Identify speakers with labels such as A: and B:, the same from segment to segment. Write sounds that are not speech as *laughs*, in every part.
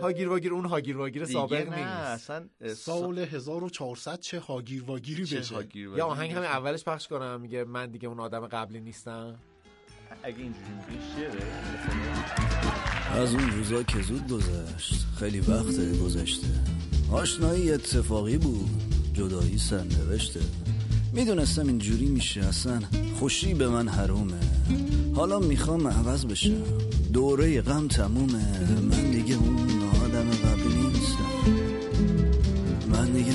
A: هاگیر واگیر اون هاگیر واگیر
B: دیگه
A: سابق نیست
B: نه اصلا اه، سا-
C: سال 1400 چه هاگیر واگیری
B: چه
C: بشه
B: هاگیر
A: یا
B: واگیر
A: آهنگ همین
B: بشه.
A: اولش پخش کنم میگه من دیگه اون آدم قبلی نیستم
B: اگه اینجوری میگیش شعره
D: از اون روزا که زود گذشت خیلی وقت گذشته آشنایی اتفاقی بود جدایی سرنوشته میدونستم اینجوری میشه اصلا خوشی به من حرومه حالا میخوام عوض بشم دوره غم تمومه من دیگه اون آدم قبلی نیستم من دیگه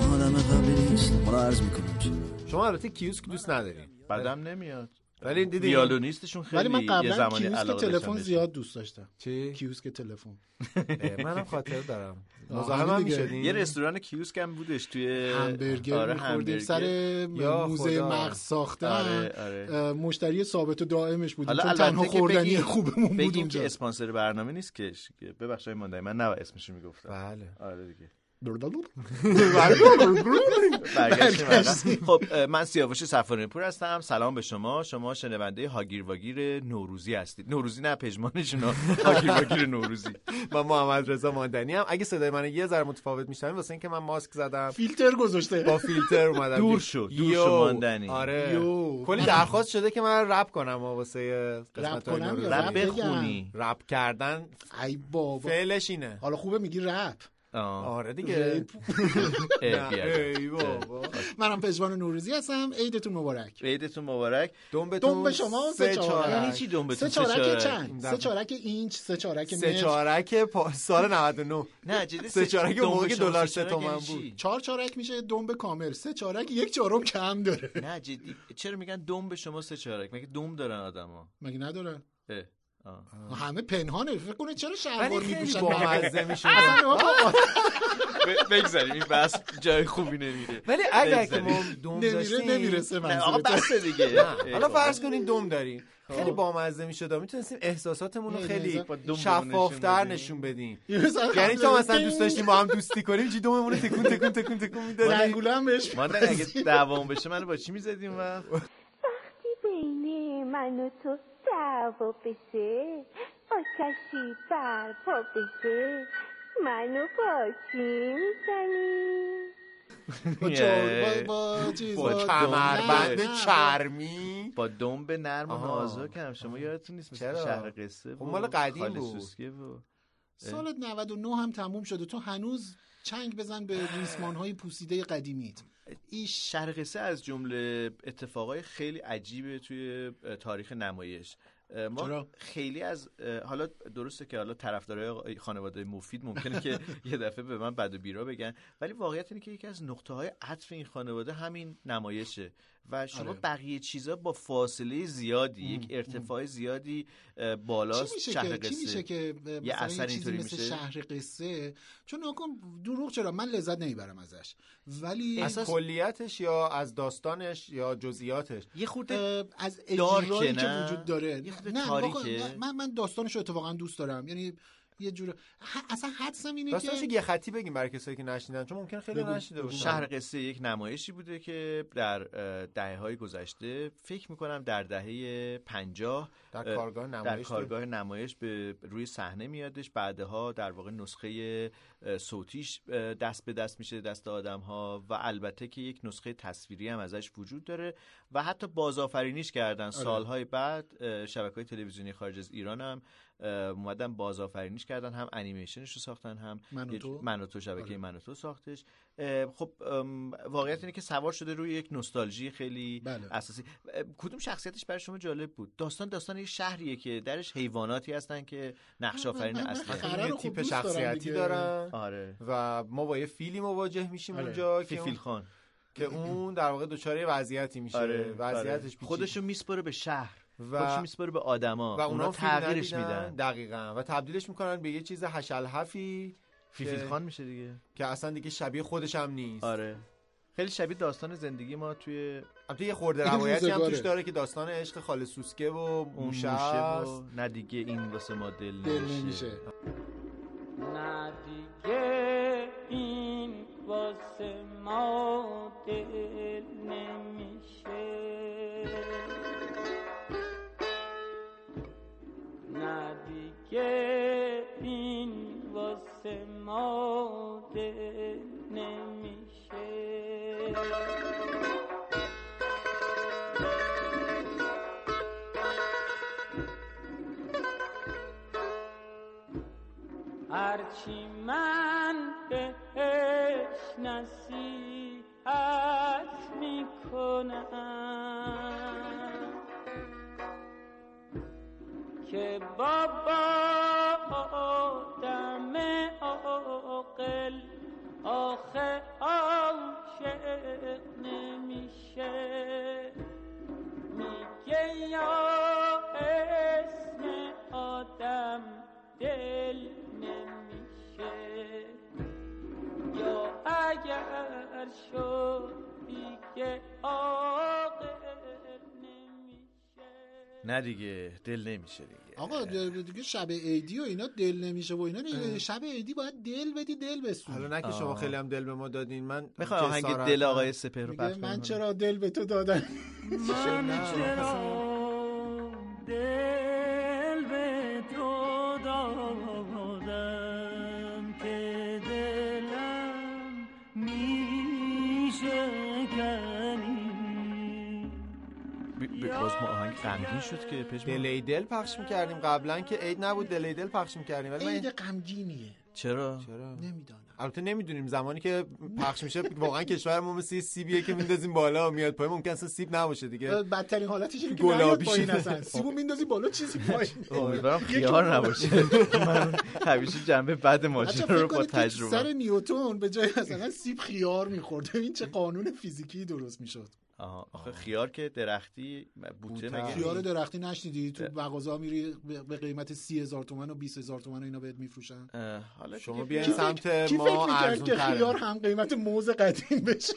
D: اون آدم قبلی نیستم حالا عرض میکنم چرا
A: شما البته کیوسک دوست ندارین
B: بدم نمیاد
A: ولی دیدی
B: ویالونیستشون خیلی
C: ولی من
B: یه
C: قبلا
B: زمانی
C: کیوسک
B: علاقه
C: تلفن
B: داشتم
C: زیاد دوست داشتم
A: چی
C: کیوسک تلفن
A: اه، منم خاطر دارم
C: آه،
A: مزاحم هم
C: دیگه.
B: بهش. یه
A: میشدین
B: رستوران کیوسک هم بودش توی
C: همبرگر
B: آره،
C: می‌خوردیم. سر
A: یا
C: موزه
A: خدا.
C: مغز ساختن
B: آره، آره.
C: اه، مشتری ثابت و دائمش بودیم
B: حالا
C: چون
B: البته
C: تنها
B: که
C: خوردنی
B: بگیم-
C: خوبمون بود
B: بگیم
C: اونجا
B: که اسپانسر برنامه نیست که ببخشید ماندای من نه اسمش میگفتم
A: بله
B: آره دیگه
C: برگشتیم.
B: برگشتیم عقب. خب اه، من سیاوش سفرانی پور هستم سلام به شما شما شنونده هاگیر واگیر نوروزی هستید نوروزی نه *laughs* پژمانشون ها. هاگیر واگیر نوروزی
A: من محمد رضا ماندنی هم اگه صدای من یه ذره متفاوت میشنم واسه اینکه من ماسک زدم
C: *laughs* فیلتر
A: با
B: خب،
C: گذاشته
A: فیلتر اومدم
B: دور شو، دور
A: یو.
B: شو ماندنی.
A: آره
C: یو.
A: کلی درخواست شده که من رپ کنم آه، واسه قسمت
C: کنم یا
B: رب
C: رپ بگم.
B: بخونی
A: رپ کردن
C: ای بابا
A: فعلش اینه
C: حالا خوبه میگی رپ
B: آه.
A: آره دیگه
B: اه،
A: نه،
B: بیادم.
A: ای بابا
C: منم پژمان نوروزی هستم عیدتون مبارک
B: عیدتون مبارک
A: دنبتون
C: دنب شما سه
B: یعنی
C: چهارک
B: چی دنبتون
C: سه
B: سه چهارک؟
C: چهارک چند
A: دفعه.
C: سه چهارک اینچ سه چهارک
A: سه
C: متر
A: چارک پا- سال 99
B: نه جدی
A: سه چهارک
B: دنبه
A: موقع
B: شما
A: دلار
B: سه
A: سه تومن
B: چهارک یعنی
A: بود.
B: چی؟
C: چهار چهارک میشه دنب کامل سه چهارک یک چهارم کم داره
B: نه جدی چرا میگن دم به شما سه چهارک مگه دم دارن آدما
C: مگه ندارن
B: اه، آه.
C: همه پنهانه فکر کنه چرا
A: ولی
C: شلوار
A: خیلی
C: میپوشن
A: بامزه میشه
B: ب- بگذاریم این بس جای خوبی نمیره
A: ولی اگر که
B: بگذاریم.
A: ما دم
C: نمیره
A: داشتیم
C: نمیرسه
B: نه آقا
C: منظورت
B: بس دیگه
A: نه،
B: ای
A: حالا
B: بابا.
A: فرض کنین دم داریم خیلی بامزه میشد میتونستیم احساساتمون رو
C: نه،
A: خیلی
C: نه،
B: با دم
A: شفافتر
B: نشون بدیم.
A: نشون بدیم
C: *laughs* یه مثلا
A: یعنی تو
C: قبل
A: مثلا
C: دینگ.
A: دوست داشتیم با هم دوستی کنیم چی دوممون رو تکون تکون تکون تکون میدادیم
C: زنگوله هم بهش
B: ماندن اگه دوام بشه منو با چی میزدیم و
E: وقتی بین من و تو دعوا بشه آتشی برپا بشه منو با کی میزنی
C: با چهار- با- با چیز
A: با
C: با- نه،
A: کمربند
C: نه،
A: چرمی
B: با دم به نرم و
A: آها.
B: نازکم شما یادتون نیست مثل
A: چرا؟
B: شهر قصه
A: خب مال قدیم
B: خال
A: بود.
B: سوسکه و
C: سال 99 هم تموم شده تو هنوز چنگ بزن به ریسمان های پوسیده قدیمیت
B: این شهر قصه از جمله اتفاقای خیلی عجیبه توی اه، تاریخ نمایش اه، ما
C: چرا؟
B: خیلی از اه، حالا درسته که حالا طرفدارای آقای- خانواده مفید ممکنه
C: *laughs*
B: که یه دفعه به من بد و بیرا بگن ولی واقعیت اینه که یکی از نقطه های عطف این خانواده همین نمایشه و شما
C: آره.
B: بقیه چیزا با فاصله زیادی یک ارتفاع زیادی اه،
C: چی
B: بالاست
C: میشه
B: شهر
C: که
B: قصه
C: چی میشه که مثلا
B: اثر
C: یه چیزی
B: اینطوری
C: مثل
B: میشه؟
C: شهر قصه چون نکن دروغ چرا من لذت نمیبرم ازش ولی
A: از کلیتش یا از داستانش یا جزئیاتش
B: یه خورده
C: اه، از
B: دارکه،
C: اجرایی که
B: نه؟
C: وجود داره
B: یه خورده
C: نه واقعا،
B: تاریکه؟
C: نه، من من داستانش رو اتفاقا دوست دارم یعنی یه جور ه- اصلا حدسم اینه
A: داستانش
C: که
A: یه خطی بگیم برای کسایی که نشنیدن چون ممکن خیلی نشنیده باشن
B: شهر قصه یک نمایشی بوده که در اه، دهه های گذشته فکر میکنم در دهه پنجاه
A: در کارگاه
B: در
A: نمایش بود.
B: کارگاه نمایش به روی صحنه میادش بعدها در واقع نسخه اه، صوتیش اه، دست به دست میشه دست آدم ها و البته که یک نسخه تصویری هم ازش وجود داره و حتی بازآفرینیش کردن سالهای بعد شبکه های تلویزیونی خارج از ایران هم اه، اومدن بازآفرینیش کردن هم انیمیشنش رو ساختن هم
C: من و
B: یه-
C: تو؟
B: من و تو شبکه من و تو ساختش اه، خب ام، واقعیت اینه که سوار شده روی یک نوستالژی خیلی
C: بله.
B: اساسی اه، کدوم شخصیتش برای شما جالب بود داستان داستان یه شهریه که درش حیواناتی هستن که نقش آفرین
C: من- من-
B: اصلا
C: قرار
A: یه
C: رو خب
A: تیپ
C: دوست دارم
A: شخصیتی
C: دیگه.
A: دارن
B: آره
A: و ما با یه فیلی مواجه میشیم
C: آره.
A: اونجا که
B: فیفیل
A: اون,
B: خان
A: که اون در واقع دچار یه وضعیتی میشه
B: آره،
A: وضعیتش پیچیده.
B: خودشو میسپره به شهر
A: و-
B: خودشو میسپره به آدما
A: و اونا, فیل
B: تغییرش
A: ندیدن.
B: میدن
A: دقیقا و تبدیلش میکنن به یه چیز هشلحفی
B: فیفیل
A: که-
B: خان میشه دیگه
A: که اصلا دیگه شبیه خودش هم نیست
B: آره خیلی شبیه داستان زندگی ما توی
A: البته یه خورده روایتی هم
C: روزگاره.
A: توش داره که داستان عشق خاله سوسکه و
B: اون
A: موشه
B: موشه
A: است
B: و نه دیگه این واسه ما دل
C: دل
B: نمیشه
C: نمیشه
F: نه دیگه این واسه ما دل نمیشه نه دیگه این واسه ما دل نمیشه هرچی من بهش نصیحت میکنم که بابا آدم عاقل آخه عاشق نمیشه میگه یا اسم آدم دل نمیشه یا اگر شد دیگه عاقل نمیشه
B: نه دیگه دل نمیشه دیگه
C: آقا دیگه شب عیدی و اینا دل نمیشه و اینا دیگه شب عیدی باید دل بدی دل
A: حالا
C: بسونی
A: نه که شما خیلی هم دل به ما دادین من
B: میخوای آهنگ
A: جسارت-
B: دل آقای سپر رو
C: میگه
B: پخش
C: من
B: کنیم؟
C: چرا دل به تو
A: من
C: دادم
G: دل
A: چرا
G: به تو دادم که دلم میشکنی
B: ب- ب- باز ما آهنگ غمگین شد که پشمان
A: دلی دل پخش میکردیم قبلا که عید نبود دلی دل پخش میکردیم ولی
C: عید
A: من
C: غمگینیه
B: چرا
A: چرا
C: نمیدانم
A: البته نمیدونیم زمانی که پخش میشه واقعا کشورمون مثل یه سیبیه که میندازیم بالا و میاد پایین ممکن اصلا سیب نباشه دیگه
C: بدترین حالتش اینه که
A: گلابی
C: نیاد پایین
A: شده.
C: اصلا سیبو میندازی بالا چیزی پایین
B: امیدوارم خیار نباشه *laughs* من همیشه جنبه بعد
C: بچه
B: ماجرا
C: فکر
B: رو با
C: کنید که سر
B: تجربه
C: نیوتون به جای مثلا سیب خیار میخورد این چه قانون فیزیکی درست میشد
B: آها، آخه خیار که درختی بوته
A: بوته.
B: مگه
C: خیار درختی نشنیدی تو مغازه میری به به قیمت سی هزار تومن و 20 هزار تومن و اینا بهت میفروشن
B: اه، حالا
A: شما
B: دیگه
A: بیاین
C: کی
B: خیار-
A: سمت-
C: فکر کی
A: ما
C: فکر میکرد که
A: ارزون‌تره.
C: خیار هم قیمت موز قدیم بشه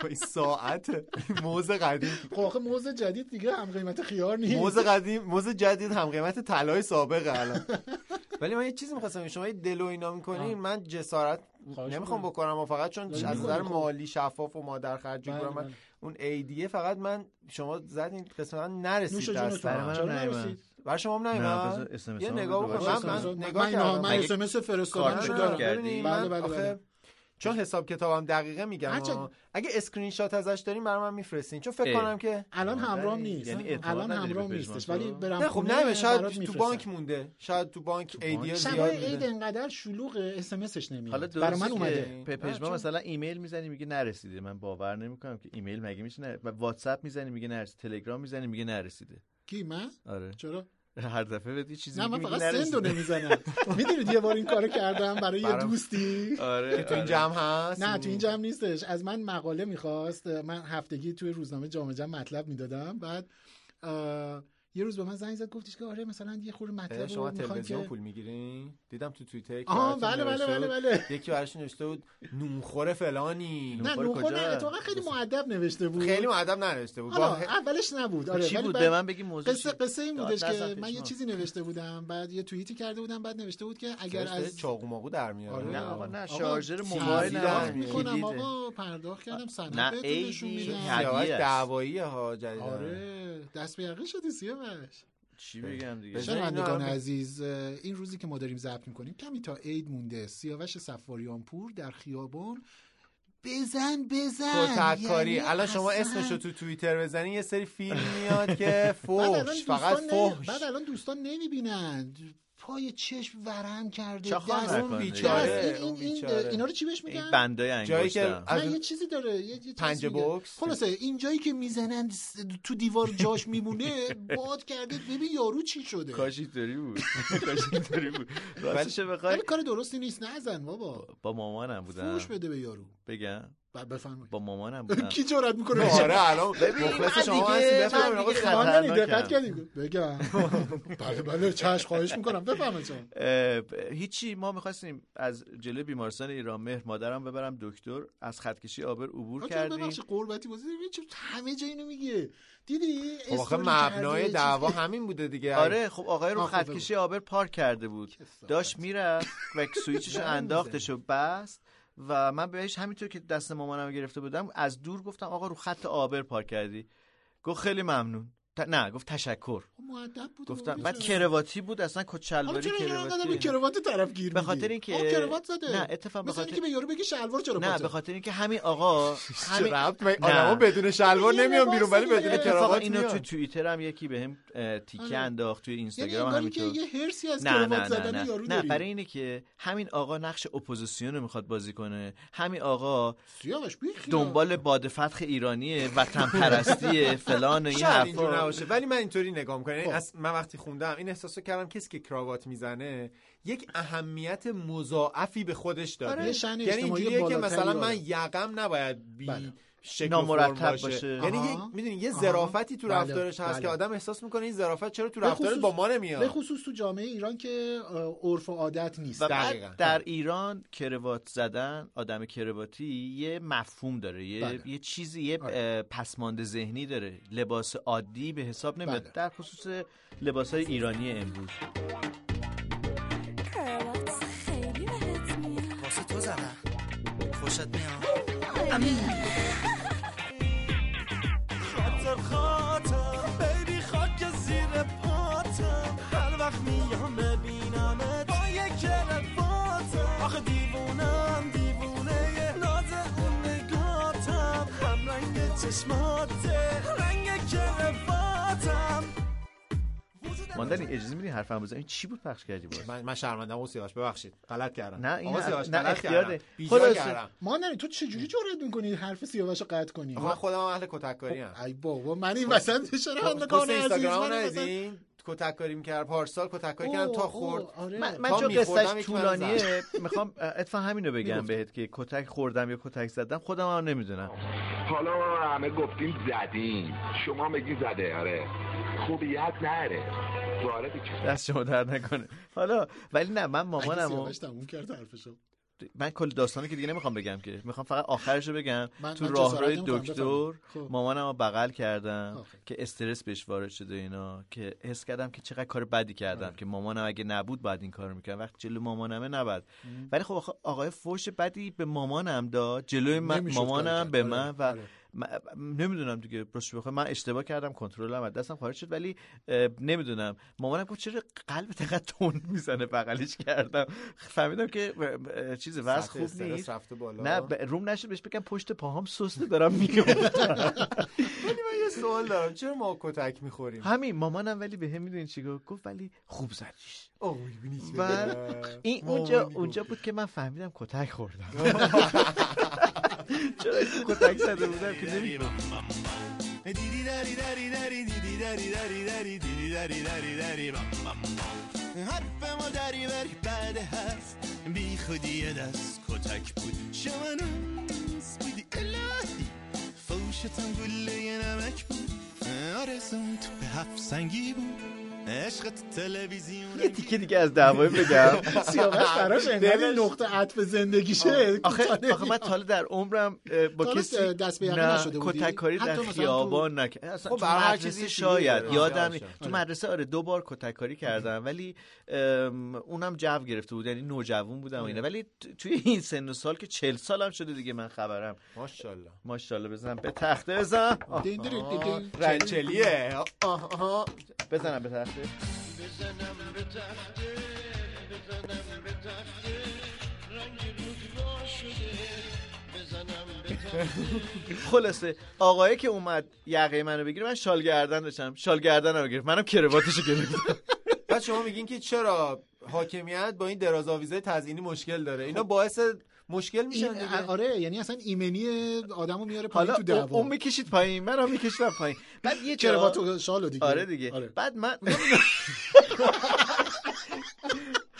A: با این ساعت موز قدیم
C: خب آخه موز جدید دیگه هم قیمت خیار نیست
A: موز قدیم موز جدید هم قیمت طلای سابقه
C: *laughs*
A: الان ولی من یه چیزی میخواستم شما یه دل و اینا میکنین من جسارت
C: خواهش
A: نمیخوام
C: می‌کنم.
A: بکنم و فقط چون
C: داری
A: از
C: می‌کنی،
A: نظر
C: خب.
A: مالی شفاف و مادر خرجی
C: بله،
A: کنم من
C: بله.
A: اون ایدیه فقط من شما زدین قسمتا
C: نوش
A: نرسید دست
C: جونتون.
B: برای
A: من
B: منم
C: چرا
B: نیومد.
C: نرسید؟
A: برای شما هم
B: نه،
A: نیومد
B: بذار SMS
A: یه
B: هم
A: نگاه
B: بده
A: بکن
B: باشه.
A: من,
C: من
A: من نگاه
C: اینها
A: کردم
C: من
B: اگه-
C: اس ام اس فرستادم
B: کارت
C: شو
B: شد
C: دارم
B: کرد.
A: ببینی،
C: بله،
A: من
C: بله،
A: آخه
C: بله.
A: چون حساب کتابم دقیقه میگم
C: هرچه-
A: آه. اگه اسکرین شات ازش دارین برای من میفرستین چون فکر
B: اه.
A: کنم که
C: الان همرام
B: یعنی
C: نیست
B: اعتماد
C: الان
B: نداری به
C: همرام
B: پژمان
C: نیستش
B: تو؟
C: ولی برم
A: نه خب
C: خونه
A: نه شاید
C: برات
A: تو
C: میفرستم.
A: بانک مونده شاید تو بانک ایدیه زیاد
C: شبای عید
A: میده
C: انقدر شلوغ اس ام اسش نمیاد
B: حالا
C: برای من
B: درسته
C: اومده
B: که پ- پژمان مثلا ایمیل میزنی میگه نرسیده من باور نمیکنم که ایمیل مگه میشه نر... و واتساپ میزنی میگه نرسیده تلگرام میزنی میگه نرسیده
C: کی من
B: آره
C: چرا
B: هر دفعه بدی چیزی
C: نه
B: میگی
C: من
B: میگه
C: فقط سندو
B: نرسیده
C: نمیزنم میدونید یه بار این کارو کردم برای یه
A: برام.
C: دوستی
B: آره
A: که تو این جمع هست
C: نه تو این جمع نیستش از من مقاله میخواست من هفتگی توی روزنامه جامعه جمع مطلب میدادم بعد اه، یه روز به من زنگ زد گفتش که آره مثلا یه خورده
A: اه،
C: مطلب
A: شما
C: رو میخوان
A: تلویزیون
C: که
A: پول میگیرین دیدم تو توییتر یکی
C: آها
A: براتون
C: بله بله
A: نوشته
C: بله
A: بود-
C: بله
A: یکی براش نوشته بود نونخور فلانی
C: نه
B: نونخوار
C: نوخور نه
B: کجا؟
C: اتفاقا خیلی معدب نوشته بود
A: خیلی معدب ننوشته بود
C: حالا
A: با
C: اولش نبود آره
B: چی
C: ولی
B: بود
C: بعد-
B: به من بگی موضوع
C: قصه
B: چی؟
C: قصه این
B: داد
C: بودش
B: دستم
C: که من
B: پشمان.
C: یه چیزی نوشته بودم بعد یه توییتی کرده بودم بعد نوشته بود که اگر
A: از
C: از
A: چاقو ماقو در میاره
C: آره.
B: نه آقا نه
C: آقا،
B: شارژر
C: چیزی
B: موبایل
A: دارم.
B: نه
C: میکنم
B: کلیده.
C: آقا پرداخت کردم
B: نه،
C: سند بهتون نشون
B: عیدی.
C: میدم
B: طبیعی
A: سیاوش
B: است.
A: دعوایی ها جدیدن
C: یعنی آره دست به یقه شدی سیاوش
B: چی بگم دیگه
A: بزن.
C: شنوندگان
A: اینا هم-
C: عزیز اه، این روزی که ما داریم ضبط میکنیم کمی تا عید مونده سیاوش سفاریان پور در خیابان بزن بزن
A: کتککاری
C: یعنی
A: الان شما
C: اصلا-
A: اسمشو تو توییتر بزنی یه سری فیلم میاد که
C: *laughs* بعد الان
A: فحش
C: دوستان
A: فقط
C: نه-
A: فحش
C: بعد الان دوستان نمیبینن پای چشم ورم کرده
B: چه
C: دست-
B: خبر؟
A: اون
B: آره،
A: بیچاره
C: یعنی این-
A: اون
C: این- این-
A: بیچاره
C: اینا رو چی بهش میگن
B: این بندای
A: جایی که
B: انگشتم
A: از
C: نه یه چیزی داره یه- یه چیز
A: پنجه
C: میگه.
A: بوکس؟
C: خلاصه این جایی که میزنن س- تو دیوار جاش میمونه باد کرده ببین یارو چی شده
B: کاش اینطوری بود *laughs* کاش اینطوری بود راستش بخوای
C: ولی کار درستی نیست نزن بابا
B: با مامانم بودم
C: فوش بده به یارو
B: بگم
C: ب- بفرمایید
B: با مامانم بودم
C: کی جرأت میکنه
A: آره الان
B: من
A: مخلص شما
B: دیگه-
A: هستی بفرمایید
B: من
A: آقا
B: دیگه
A: خطر-
C: خواهندنی دقت
B: خطرناکم.
C: کردی بگم بله بله چش خواهش میکنم بفرمایید شما
B: اه، هیچی ما میخواستیم از جلوی بیمارستان ایران مهر مادرم ببرم دکتر از خطکشی آبر عبور
C: آقا چرا
B: کردیم
C: ببخشید قربتی بازی ببین چه همه جا اینو میگه دیدی
A: خب آخه
C: استوری کرده،
A: مبنای
C: چیز
A: دعوا
C: کرده.
A: همین بوده دیگه
B: آره خب آقای رو
C: آه، خب، بگو.
B: خطکشی آبر پارک کرده بود
C: کسافت.
B: داشت میرفت و
C: *laughs*
B: سویچشو
A: نه،
B: انداختش و بست و من بهش همینطور که دست مامانم رو گرفته بودم از دور گفتم آقا رو خط آبر پارک کردی گفت خیلی ممنون ت- نه گفت تشکر
C: خب مؤدب بود
B: گفتم
C: آوردی
B: بعد
C: چرا؟
B: کرواتی بود اصلا
C: حالا
B: کچلواری
C: چرا اینا انقدر به
B: کرواتی
C: کروات طرف گیر
B: به خاطر
C: میدی؟
B: اینکه-
C: آه، کروات زده
B: نه، اتفاقا به
C: مثل
B: خاطر-
C: اینکه به یارو بگی شلوار چرا
B: نه
C: پاته؟
B: به خاطر اینکه همین آقا همین
A: ربط من
B: نه.
A: آدما بدون شلوار
C: یه
A: نمیان بیرون ولی
C: لباس
A: بدون
C: دیگه.
B: اتفاقا
A: کراوات
B: اینو تو
A: میان
B: توییتر هم یکی بهم اه،
C: آره.
B: تیکه انداخت توی
C: یعنی
B: اینستاگرام
C: انگاری که
B: همینطور
C: یه هرسی از
B: نه
C: کروات
B: نه نه
C: زدن
B: نه
C: یارو
B: نه برای
C: داری
B: اینه که همین آقا نقش اپوزیسیون رو میخواد بازی کنه همین آقا
C: سیاوش بی خیال.
B: دنبال باد فتح ایرانیه وطن
C: *laughs*
B: پرستیه فلان این
A: شاید اینجور
B: حرفا
A: نباشه ولی من اینطوری نگاه میکنم یعنی
C: خب.
A: من وقتی خوندم این احساسو کردم کسی که کراوات میزنه یک اهمیت مضاعفی به خودش داره
C: آره، یه شأن
A: یعنی
C: اجتماعی
A: اینجوریه که
C: بالاتری
A: مثلا
C: داره.
A: من یقم نباید بی
C: بله.
A: شکل
B: نامرتب
A: و فرم باشه,
B: باشه.
A: یعنی
C: آها.
A: یک میدونی یه
C: آها.
A: ظرافتی تو
C: بله.
A: رفتارش هست
C: بله.
A: که آدم احساس میکنه این ظرافت چرا تو
C: به
A: رفتارت
C: خصوص-
A: با ما
C: به
A: نمیاد
C: خصوص تو جامعه ایران که آه، عرف و عادت نیست
B: و
A: دقیقاً.
B: بعد در ایران کروات زدن آدم کرواتی یه مفهوم داره یه,
C: بله.
B: یه چیزی یه
C: آره.
B: اه، پسماند ذهنی داره لباس عادی به حساب نمیاد
C: بله.
B: در خصوص لباس های ایرانی امروز
H: کراوات خیلی بهت میاد
D: واسه تو زدم خوشت میاد
G: خاطر خاطر بیبی خاک زیر پاتم هر وقت میام ببینمت با یک رفاتم آخه دیوونم دیوونه ناز اون نگاتم هم رنگ چشماته رنگ کرفاتم
B: ماندنی اجازه میدین حرف هم بزنیم این چی بود پخش کردی باز
A: من من شرمنده ام سیاوش ببخشید غلط کردم
B: نه، این
A: آقا
B: نه-
A: سیاوش،
B: نه،
A: غلط
B: اختیاره.
A: کردم. بیجا
B: خلاصه.
A: کردم
C: ما نه تو چجوری جرئت میکنی حرف سیاوش رو قطع کنی
A: آقا من خودم اهل کتککاری
B: خب،
A: ام
C: ای بابا من این وسط چرا هم
A: پست
C: نکنه
A: خب،
C: عزیز
A: اینستاگرام رو
C: من این وسط-
A: ندیدین کتککاری میکرد پارسال کتککاری کردم
C: اوه،
A: تا
C: اوه،
A: خورد
C: آره.
B: من, من
A: تا
B: چون
A: می‌خوردم
B: قصهش
A: یکی منو زد.
B: طولانیه *laughs* میخوام اتفاقا همینو بگم بهت که کتک خوردم یا کتک زدم خودم هم نمیدونم
I: حالا ما همه گفتیم زدیم شما میگی زده آره خوبیت نره وارد چه
B: دست شما در نکنه حالا ولی نه من
C: اگه
B: مامانم
C: سیاوش تموم کرد
B: *laughs*
C: حرفشو
B: من کل داستانی که دیگه نمیخوام بگم که میخوام فقط آخرشو بگم
C: من-
B: تو
C: من
B: راهروی
C: جسارت نمی‌کنم،
B: دکتر
C: بفرمایید. خب.
B: مامانم رو بغل کردم
C: آخه.
B: که استرس بهش وارد شده اینا که حس کردم که چقدر کار بدی
C: آره.
B: کردم که مامانم اگه نبود بعد این کارو میکردم وقتی جلو مامانمه نبود ولی خب آخه آقای فوش بدی به مامانم داد جلوی من
C: نمی‌شد کاری
B: مامانم
C: کرد.
B: به
C: آره،
B: من و
C: آره.
B: نمیدونم دیگه راستش بخوام من اشتباه کردم کنترلم از دستم خارج شد ولی اه، نمیدونم مامانم گفت چرا قلب تقدر تون میزنه بغلش کردم فهمیدم که اه، چیز وضع
A: سطح
B: خوب
A: استرس
B: نیست
A: رفته بالا
B: نه ب- روم نشد بهش بگم پشت پاهام سسته دارم میگم
A: ولی من یه سوال دارم چرا ما کتک میخوریم
B: همین مامانم ولی به هم میدونین چی گفت گفت ولی خوب زدیش
A: بله.
B: و این اونجا اونجا بود که من فهمیدم کتک خوردم چرا کتک زده بودم که نمی‌دونم.
J: E حرف ما دری بری بعد هست بی خودی یه دست کتک بود شما نمس بودی الهی فوشتم گله نمک بود آرزون تو به هفت سنگی بود عشقت تلویزیون
B: یه تیکه دیگه از دعوای بگم
C: سیاوش براش
B: دلش-
C: انقدر نقطه عطف زندگیشه
B: آخه
C: کوتاه
B: آخه من تا حالا در عمرم اه، با
C: حالا
B: کسی
C: دست به یقه
B: نه،
C: نشده بودی؟
B: کتککاری
C: حتی
B: در
C: مثلا تو-
B: خیابان نکرد اصلا
A: خب،
B: تو
A: برای هر
B: مدرسه
A: چیزی
B: شاید
A: شروعی داره.
B: یادم
A: آره.
B: نی- تو مدرسه آره دو بار کتککاری کردم ولی ام، اونم جو گرفته بود یعنی نوجوان بودم و اینا ولی تو- توی این سن و سال که چل سالم شده دیگه من خبرم
A: ماشاءالله
B: ماشاءالله بزنم به تخته بزن آه،
C: دین دین دین دین.
A: رنچلیه آه، آه.
B: بزنم به تخته خلاصه آقایی که اومد یقه منو بگیره من شال گردن داشتم شال گردن رو گرفت منم کرواتشو گرفتم
A: بعد شما میگین که چرا حاکمیت با این دراز آویزه تزیینی مشکل داره اینا باعث مشکل میشن
C: این
A: دیگه
C: آره یعنی اصلا ایمنی آدمو میاره پایین
B: حالا
C: تو
B: اون- اون
C: دعوا
B: میکشید پایین منم میکشیدم پایین بعد یه
C: چرا با
B: جا-
C: تو شالو دیگه
B: آره دیگه
C: آره.
B: بعد من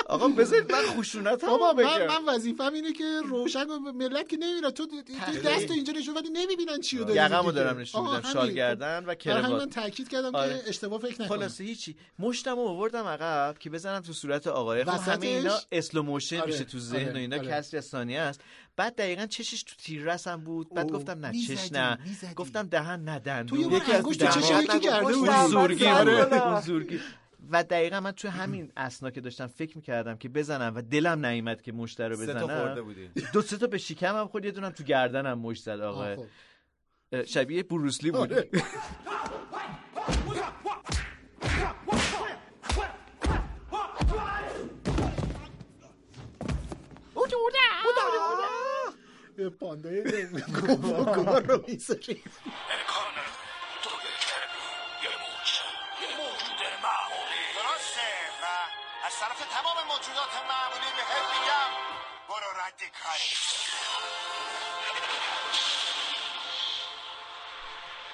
B: آقا بذارید من خشونت
C: بابا
B: هم
C: من,
B: بگم
C: من وظیفم اینه که روشن و ملت که نمیره تو تو دست اینجا نشون بدی نمیبینن چی رو داری
B: یقمو
C: می‌گی که.
B: دارم نشون
C: آه،
B: میدم
C: همین.
B: شال گردن و
C: برای همین
B: کروات
C: من تاکید کردم
B: آره.
C: که اشتباه فکر نکنم
B: خلاصه هیچی مشتم آوردم عقب که بزنم تو صورت آقای خب
C: وسطش؟
B: همه اینا اسلو موشن
C: آره،
B: میشه تو ذهن
C: آره،
B: و اینا
C: آره.
B: کسری از ثانیه است بعد دقیقا چشش تو تیررس هم بود بعد
C: اوه،
B: گفتم نه
C: می‌زدی،
B: چش نه
C: می‌زدی.
B: گفتم دهن نه
C: تو یه
B: دندون
C: بار
A: یکی از
C: انگشت تو
A: دهان
C: چش یکی
A: نگو،
C: کرده
A: پشت
C: بود
B: اون
A: دهن
B: زورگی
A: بر
B: آره،
A: زن بالا.
B: اون زورگی و دقیقا من تو همین اسنا که داشتم فکر میکردم که بزنم و دلم نیامد که مشت رو
A: سه تا خورده
B: بزنم
A: بودی
B: دو سه تا به شکمم خورد یه دونم تو گردنم
C: خب.
B: مشت زد
C: آه،
B: آقا
C: خب.
B: آره. شبیه بروسلی بود
C: آره.
B: *laughs*
C: پاندای گوار رو میساری
K: موجود معمولی درسته و از طرف تمام موجودات معمولی به هر میگم برو رادیکالی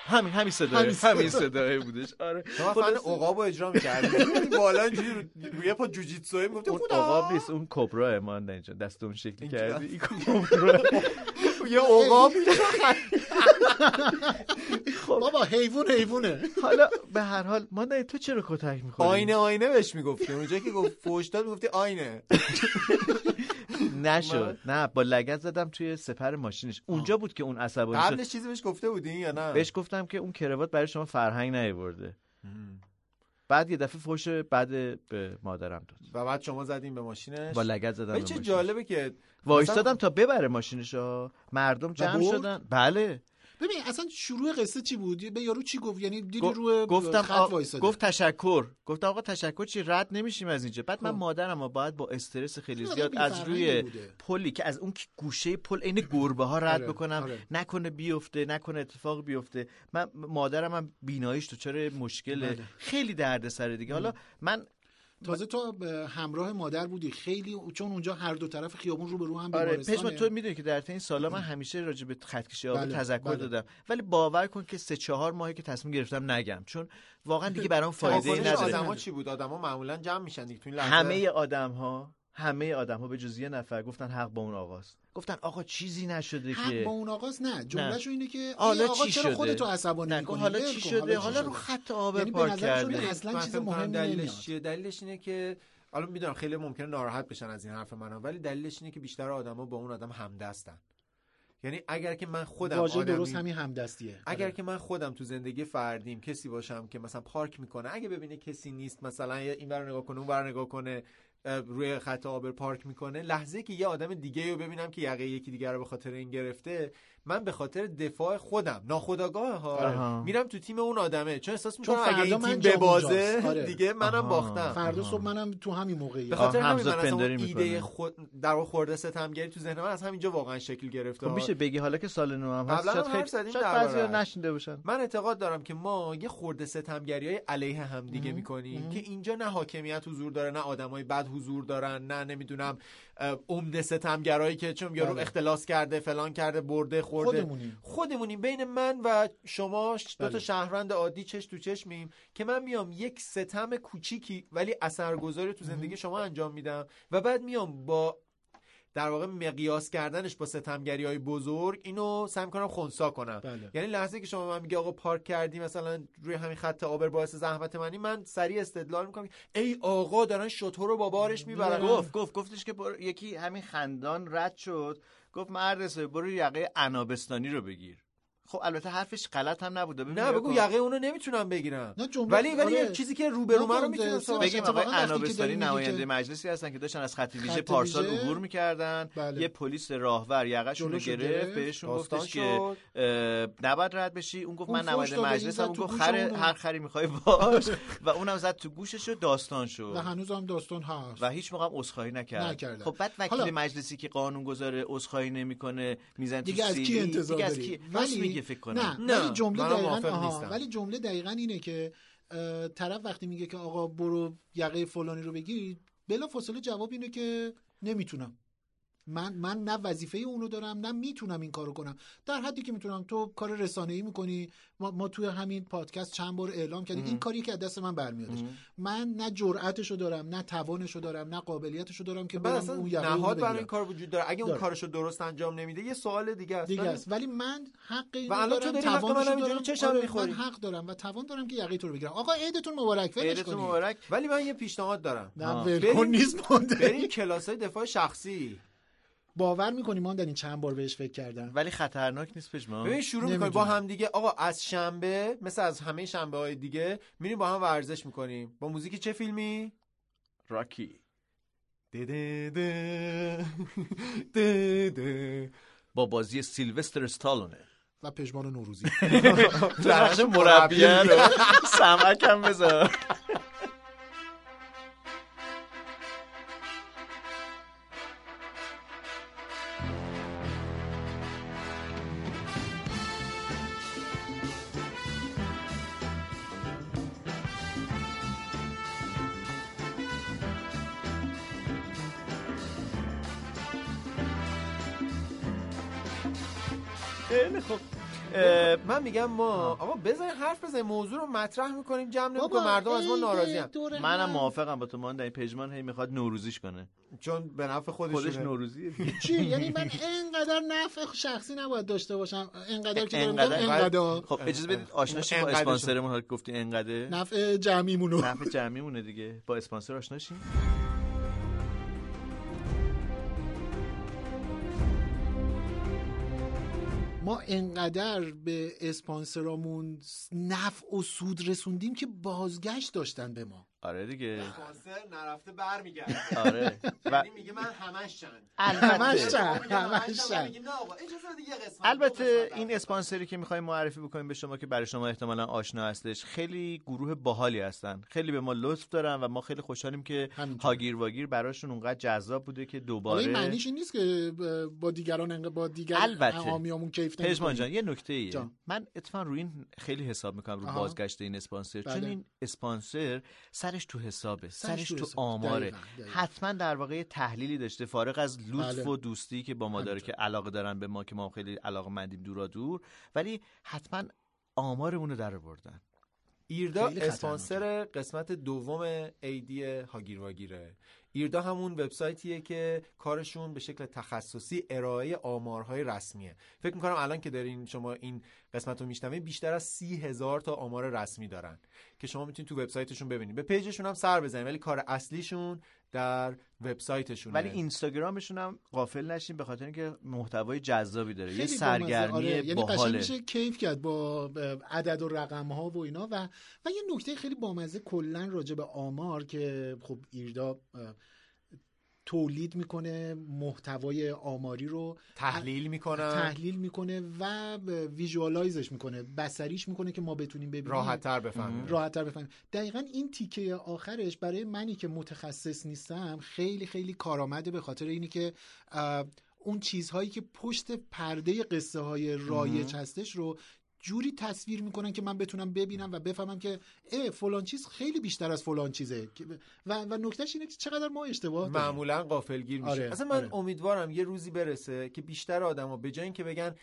B: همین همین صدای
A: همین صدا.
B: همین صدای بودش آره
A: شما فن عقاب رو اجرا می‌کردی بالا اینجوری رو- روی پا جوجیتسوی میگفتی خب
B: اون
A: خدا
B: عقاب نیست اون کبرا ما اینجا دست اون شکلی کردی این کبرا.
A: خب یه عقاب
B: خب
C: بابا حیوان حیوانه
B: حالا به هر حال ما نه تو چرا کتک میخوری
A: آینه آینه بهش میگفتی اونجا که گفت فوش داد میگفتی آینه
B: نشد نه با لگت زدم توی سپر ماشینش اونجا بود که اون عصبانی شد
A: قبلش چیزی بهش گفته بودین یا نه
B: بهش گفتم که اون کروات برای شما فرهنگ نیورده بعد یه دفعه فوش بعد به مادرم داد
A: و بعد شما زدین به ماشینش
B: با لگد زدم
A: ولی
B: به
A: چه
B: ماشینش.
A: جالبه که
B: وایستادم تا ببره ماشینش ها مردم جمع
C: برد؟
B: شدن بله
C: ببین اصلا شروع قصه چی بود به یارو چی گفت یعنی دیدی
B: گف-
C: روی
B: گفتم
C: خط
B: آ-
C: وایساده
B: گفت تشکر گفتم آقا تشکر چی رد نمیشیم از اینجا بعد من مادرم ها باید با استرس خیلی
C: آدم
B: زیاد از
C: خب. بی‌فرهنگی
B: روی
C: بوده.
B: پلی که از اون که گوشه پل عین گربه ها رد
C: آره،
B: بکنم
C: آره.
B: نکنه بیفته نکنه اتفاق بیفته من مادرم هم بیناییش تو چرا مشکله
C: بله.
B: خیلی دردسر دیگه حالا من
C: تازه تو به همراه مادر بودی خیلی چون اونجا هر دو طرف خیابون رو به رو هم
B: آره
C: بیمارستانه.
B: پشما تو میدونی که در طی این سالا من همیشه راجع به خطکشی آب
C: بله،
B: تذکر
C: بله.
B: دادم ولی باور کن که سه چهار ماهی که تصمیم گرفتم نگم چون واقعا دیگه
C: *laughs*
B: برام فایده ای
A: فایده
B: نداره
A: آدما چی بود آدما معمولا جمع میشن دیگه تو این لحظه
B: همه آدم ها همه آدم ها به جز یه نفر گفتن حق با اون آقاست گفتن آقا چیزی نشده
C: حق
B: که
C: با اون آقاست نه جملهش اینه که
B: حالا
C: ای آقا
B: چی
C: چرا
B: شده؟
C: خودتو عصبانی
B: نه،
C: میکنی
B: حالا چی شده؟ حالا رو خط آب
C: یعنی به
B: پارک
C: نظرشون
B: کرده.
C: اصلا
A: من
C: چیز
A: فکر کنم
C: مهمی نمیاد
A: دلیلش چیه دلیلش اینه که حالا میدونم خیلی ممکنه ناراحت بشن از این حرف منم ولی دلیلش اینه که بیشتر آدما با اون آدم همدستن یعنی اگر که من خودم
C: واژه درست
A: آدمی-
C: همین همدستیه
A: اگر
C: آره.
A: که من خودم تو زندگی فردیم کسی باشم که مثلا پارک میکنه اگه ببینه کسی نیست مثلا یه این ور نگاه کنه اون ور نگاه کنه اه، روی خط آبر پارک میکنه لحظه که یه آدم دیگه رو ببینم که یقه یکی دیگر رو به خاطر این گرفته من به خاطر دفاع خودم ناخداگاه ها
B: آها.
A: میرم تو تیم اون آدمه چون احساس
C: چون
A: میکنم اگه
C: فردا
A: این
C: من
A: تیم
C: جام
A: ببازه
C: اونجاست. آره.
A: دیگه منم
B: آها.
A: باختم
C: فردا صبح منم تو همین موقعی
A: به خاطر
B: آه،
A: همین من
B: همزاد
A: اصلا اون
B: پنداری
A: ایده
B: می‌کنه.
A: خود در واقع خورده ستمگری تو ذهن من از همینجا واقعا شکل گرفته
B: خب میشه بگی حالا که سال نو هم هست
A: قبلا هم
B: شاید,
A: حرف
B: خیلی-
A: زدیم
B: شاید
A: درباره‌اش.
B: بعضی نشنده باشن
A: من اعتقاد دارم که ما یه خورده ستمگری های علیه هم دیگه میکنیم که اینجا نه حاکمیت حضور داره نه آدمای بد حضور دارن نه نمیدونم اه، عمده ستمگرایی که چون یارو
C: بله.
A: اختلاس کرده فلان کرده برده خورده
C: خودمونیم
A: خودمونیم بین من و شما ش- دو
C: بله.
A: تا شهروند عادی چش تو چشمیم که من میام یک ستم کوچیکی ولی اثرگذاری تو زندگی شما انجام میدم و بعد میام با در واقع مقیاس کردنش با ستمگری های بزرگ اینو سعی کنم خونسا کنم
C: بله
A: یعنی لحظه که شما به من میگه آقا پارک کردی مثلا روی همین خط آبر باعث زحمت منی من سریع استدلال میکنم ای آقا دارن شطور رو با بارش میبرن
B: گفت گفت گفتش که برو- یکی همین خندان رد شد گفت مدرسه برو یقه انابستانی رو بگیر خب البته حرفش غلط هم نبود ببین
A: نه
B: نگاه
A: بگو
B: کن.
A: یقه اونو نمیتونم بگیرم
C: نه جمله
A: ولی ولی
C: آره.
A: یه چیزی که روبرو
C: نه،
A: من رو
C: خانم
A: میتونم
C: درسته.
A: صحبت
B: بگیم آقای
C: اتفاقا وقتی که
B: انابستانی
C: داری میگی
B: نماینده
C: که-
B: مجلسی هستن که داشتن از خط ویژه
C: خط
B: پارسال
C: ویژه؟
B: عبور میکردن
C: بله.
B: یه پلیس راهور یقهشون رو
C: جلوشو
B: گرفت
C: گرفت،
B: بهشون
A: داستان
B: گفتش که
A: شد
B: اه، نباید رد بشی اون گفت
C: اون
B: من
C: فحش
B: نماینده
C: داد، این
B: مجلسم
C: زد
B: اون
C: تو
B: گفت
C: گوش
B: خر
C: اونو.
B: هر خری میخوای باش و اونم زد تو گوشش و داستان
C: و
B: شد
C: هنوز هم داستان هست
B: و هیچ موقع هم عذرخواهی نکرد
C: نکردن.
B: خب بعد وکیل
C: حالا-
B: مجلسی که قانون گذاره عذرخواهی نمیکنه میزن تو
C: دیگه از
B: سیلی.
C: کی انتظار
B: دیگه از
C: داری؟
B: کی راست
C: ولی-
B: میگه فکر کنم
C: نه,
A: نه،
C: ولی جمله
A: منم موافق
C: دقیقا آها،
A: نیستم.
C: ولی جمله دقیقا اینه که اه، طرف وقتی میگه که آقا برو یقه فلانی رو بگیر بلا فاصله جواب اینه که نمیتونم من من نه وظیفه اونو دارم نه میتونم این کارو کنم در حدی که میتونم تو کار رسانه ای میکنی ما, ما توی همین پادکست چند بار اعلام کردیم این کاری که از دست من برمیادش من نه جرأتشو دارم نه توانشو دارم نه قابلیتشو دارم که
A: من
C: برم
A: اصلا
C: اون یقه اونو
A: نهاد برای
C: بگیرم.
A: این کار وجود داره اگه اون
C: داره.
A: کارشو درست انجام نمیده یه سوال دیگه است
C: دیگه
A: ولی-
C: است ولی من حق اینو
A: و الان تو
C: دارم
A: داری حق
C: توانشو
A: منم اینجوری
C: دارم.
A: چشم
C: آره،
A: می‌خوری.
C: من حق دارم و توان دارم که یقه تو رو بگیرم آقا عیدتون مبارک ولش
B: عیدتون
C: کنید
B: مبارک
A: ولی من یه پیشنهاد دارم
C: نه
B: آه.
C: ول
A: بریم-
C: کن نیست
A: بریم
C: مونده
A: کلاس های دفاع شخصی
C: باور میکنی من در این چند بار بهش فکر کردم
B: ولی خطرناک نیست پشما
A: ببین شروع میکنیم با
C: نمی‌دونم.
A: هم دیگه آقا از شنبه مثل از همه شنبه های دیگه میریم با هم ورزش میکنیم با موزیک چه فیلمی
B: راکی
A: دده ده *laughs* ده
B: *laughs*
A: ده.
B: با بازی سیلوستر استالونه
C: و پژمان
A: *laughs*
C: نوروزی
B: نقش مربیه رو *laughs* سمک هم بذار خیلی خوب
A: من میگم ما آقا بذارین حرف بزنیم موضوع رو مطرح میکنیم جمع نمیکنیم
C: بابا،
A: مردم از ما
C: عیده،
A: ناراضی هم
C: دور
B: منم
C: هم.
B: موافقم با تو مان در این پژمان هی میخواد نوروزیش کنه
A: چون به نفع
B: خودش
A: خودشونه
B: نوروزیه *laughs* دیگه.
C: چی یعنی
A: *laughs*
C: من انقدر نفع شخصی نباید داشته باشم انقدر که دارم
B: انقدر-
C: میگم انقدر
B: خب اجازه بدید آشنا شیم با
A: انقدرشون.
B: اسپانسرمون حالا که گفتی انقدر
C: نفع جمعیمونو
B: نفع جمعیمونه دیگه با اسپانسر آشنا شیم
C: ما انقدر به اسپانسرامون نفع و سود رسوندیم که بازگشت داشتن به ما
B: آره دیگه
A: اسپانسر نرفته
B: *laughs*
A: برمیگرده
B: آره و
A: یعنی میگه من همش چند
C: همش
B: البته
C: چند،
A: میگه من
C: همش
A: همش چند.
C: چند.
A: من میگم نه آقا اجازه دیگه قسمت
B: البته این اسپانسری که میخوایم معرفی بکنیم به شما که برای شما احتمالا آشنا هستش خیلی گروه باحالی هستن خیلی به ما لطف دارن و ما خیلی خوشحالیم که
C: همینطور.
B: هاگیر واگیر براشون اونقدر جذاب بوده که
C: حالا
B: دوباره
C: این معنیش این نیست که با دیگران انق- با دیگر
B: البته.
C: حامیامون کیف
B: پژمان
C: نمی‌کنیم.
B: جان یه نکته ایه.
C: جان.
B: من اتفاقا روی این خیلی حساب میکنم رو
C: آها.
B: بازگشت این اسپانسر
C: بله.
B: چون این اسپانسر سرش تو حسابه سرش,
C: تو
B: تو
C: حسابه.
B: آماره
C: دقیقاً، دقیقاً.
B: حتما در واقع یه تحلیلی داشته فارغ از لطف
C: بله.
B: و دوستی که با ما داره که علاقه دارن به ما که ما هم خیلی علاقه مندیم دورا دور ولی حتما آمارمون رو در آوردن
A: ایردا
C: خیلی خطرناکه.
A: اسپانسر قسمت دوم ایدی هاگیر واگیره ایردا همون وبسایتیه که کارشون به شکل تخصصی ارائه آمارهای رسمیه فکر میکنم الان که دارین شما این قسمت رو میشنوید بیشتر از سی هزار تا آمار رسمی دارن که شما میتونید تو وبسایتشون ببینید به پیجشون هم سر بزنید ولی کار اصلیشون در وبسایتشونه
B: ولی اینستاگرامشون هم غافل نشین به خاطر اینکه محتوای جذابی داره یه
C: خیلی بامزه،
B: سرگرمی
C: آره. یعنی قشنگ
B: باحاله
C: میشه کیف کرد با با عدد و رقم ها و اینا و و یه نکته خیلی بامزه کلا راجع به آمار که خب ایردا اه، تولید میکنه محتوای آماری رو
A: تحلیل میکنن
C: تحلیل میکنه و ویژوالایزش میکنه بسریش میکنه که ما بتونیم ببینیم
A: راحتتر بفهمید
C: راحتتر بفهمیم دقیقا این تیکه آخرش برای منی که متخصص نیستم خیلی خیلی کارآمده به خاطر اینی که اه، اون چیزهایی که پشت پرده قصه های رایج هستش رو جوری تصویر میکنن که من بتونم ببینم و بفهمم که اه فلان چیز خیلی بیشتر از فلان چیزه که- و و نکتهش اینه که چقدر ما اشتباه داریم.
A: معمولا قافلگیر میشه
C: آره،
A: اصلا من
C: آره.
A: امیدوارم یه روزی برسه که بیشتر آدما به جای اینکه بگن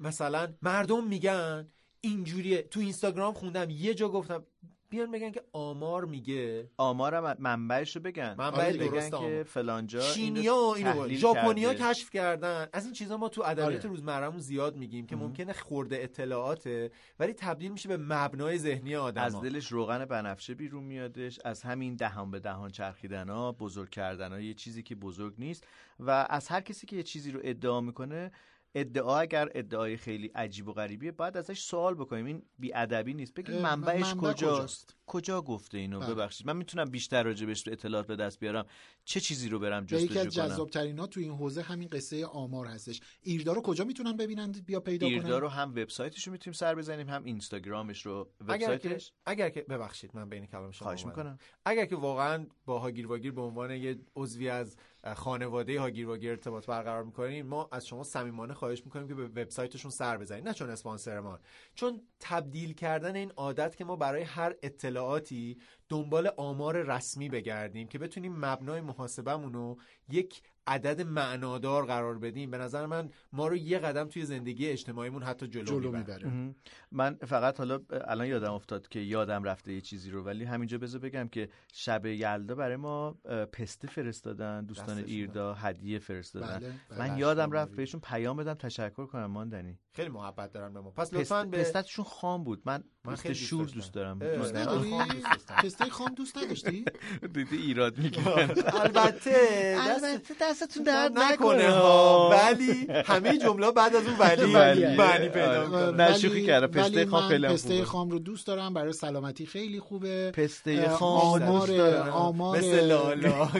A: مثلا مردم میگن اینجوریه تو اینستاگرام خوندم یه جا گفتم بیان بگن که آمار میگه
B: آمارم منبعش رو بگن
A: منبع
B: آره، بگن
A: درست آمار.
B: که فلانجا
A: چینیا اینو گفت.
B: تحلیل
A: ژاپنیا
B: کرده.
A: کشف کردن از این چیزا ما تو ادبیات
C: آره.
A: روزمرهمون زیاد میگیم که ممکنه خورده اطلاعاته ولی تبدیل میشه به مبنای ذهنی
B: از
A: آدما
B: دلش روغن بنفشه بیرون میادش از همین دهان به دهان چرخیدن ها بزرگ کردن ها یه چیزی که بزرگ نیست و از هر کسی که یه چیزی رو ادعا میکنه ادعا اگر ادعای خیلی عجیب و غریبیه باید ازش سوال بکنیم این بیادبی نیست بگید
C: اه،
B: منبعش
C: منبع
B: کجاست
C: کجاست؟
B: کجا گفته اینو
C: بله.
B: ببخشید من میتونم بیشتر راجبش اطلاعات به دست بیارم چه چیزی رو برم
C: و یکی از
B: جستجو کنم
C: جذابترین ها تو این حوزه همین قصه آمار هستش ایردا رو کجا میتونن ببینن بیا پیدا
B: ایردا
C: کنن
B: رو هم وبسایتش رو میتونیم سر بزنیم هم اینستاگرامش رو
A: اگر که
B: وبسایتش
A: اگر که ببخشید من بین کلام شما
C: خب،
B: خواهش
A: اومدم.
B: میکنم
A: اگر که واقعا با هاگیر واگیر به عنوان یه عضوی از خانواده هاگیر واگیر ارتباط برقرار میکنین ما از شما صمیمانه خواهش میکنیم که به وبسایتشون سر بزنید نه چون اسپانسرمان چون تبدیل کردن این عادت که ما برای هر اطلاعاتی دنبال آمار رسمی بگردیم که بتونیم مبنای محاسبمون رو یک عدد معنادار قرار بدیم به نظر من ما رو یه قدم توی زندگی اجتماعیمون حتی جلو,
C: جلو
A: می‌بره.
C: میبره
B: مهم. من فقط حالا الان یادم افتاد که یادم رفته یه چیزی رو ولی همینجا بذار بگم که شب یلدا برای ما اه، پسته فرستادن دوستان
A: دستشون
B: ایردا هدیه فرستادن
C: بله، بله.
B: من
A: بله،
B: یادم
A: شما
B: رفت
A: بگید.
B: بهشون پیام بدم تشکر کنم ماندنی
A: خیلی محبت دارن به ما پس
B: پست...
A: لطفاً به
B: پستتشون خام بود من,
A: من
B: پست
A: خیلی دوست
B: شور
A: داشتم.
B: دوست دارم
A: اه.
B: دوست نداری؟
C: نداری؟
B: *laughs*
C: پسته خام دوست نداشتی؟
B: دیدی
A: *laughs*
B: ایراد میگیرن
A: البته دست
B: دستتون
A: نکنه ها ولی همه جمله بعد از اون ولی
B: ولی.
A: معنی پیدا
B: آره.
A: می‌کنه.
B: نه،
C: ولی-
B: شوخی کردم. پسته
C: ولی
B: خام
C: من
B: خیلی هم خوبه.
C: پسته خام رو دوست دارم برای سلامتی خیلی خوبه
B: پسته
C: اه،
B: خام
C: آمار
B: دوست دارم.
C: آمار
A: مثل
C: *laughs*
A: لالا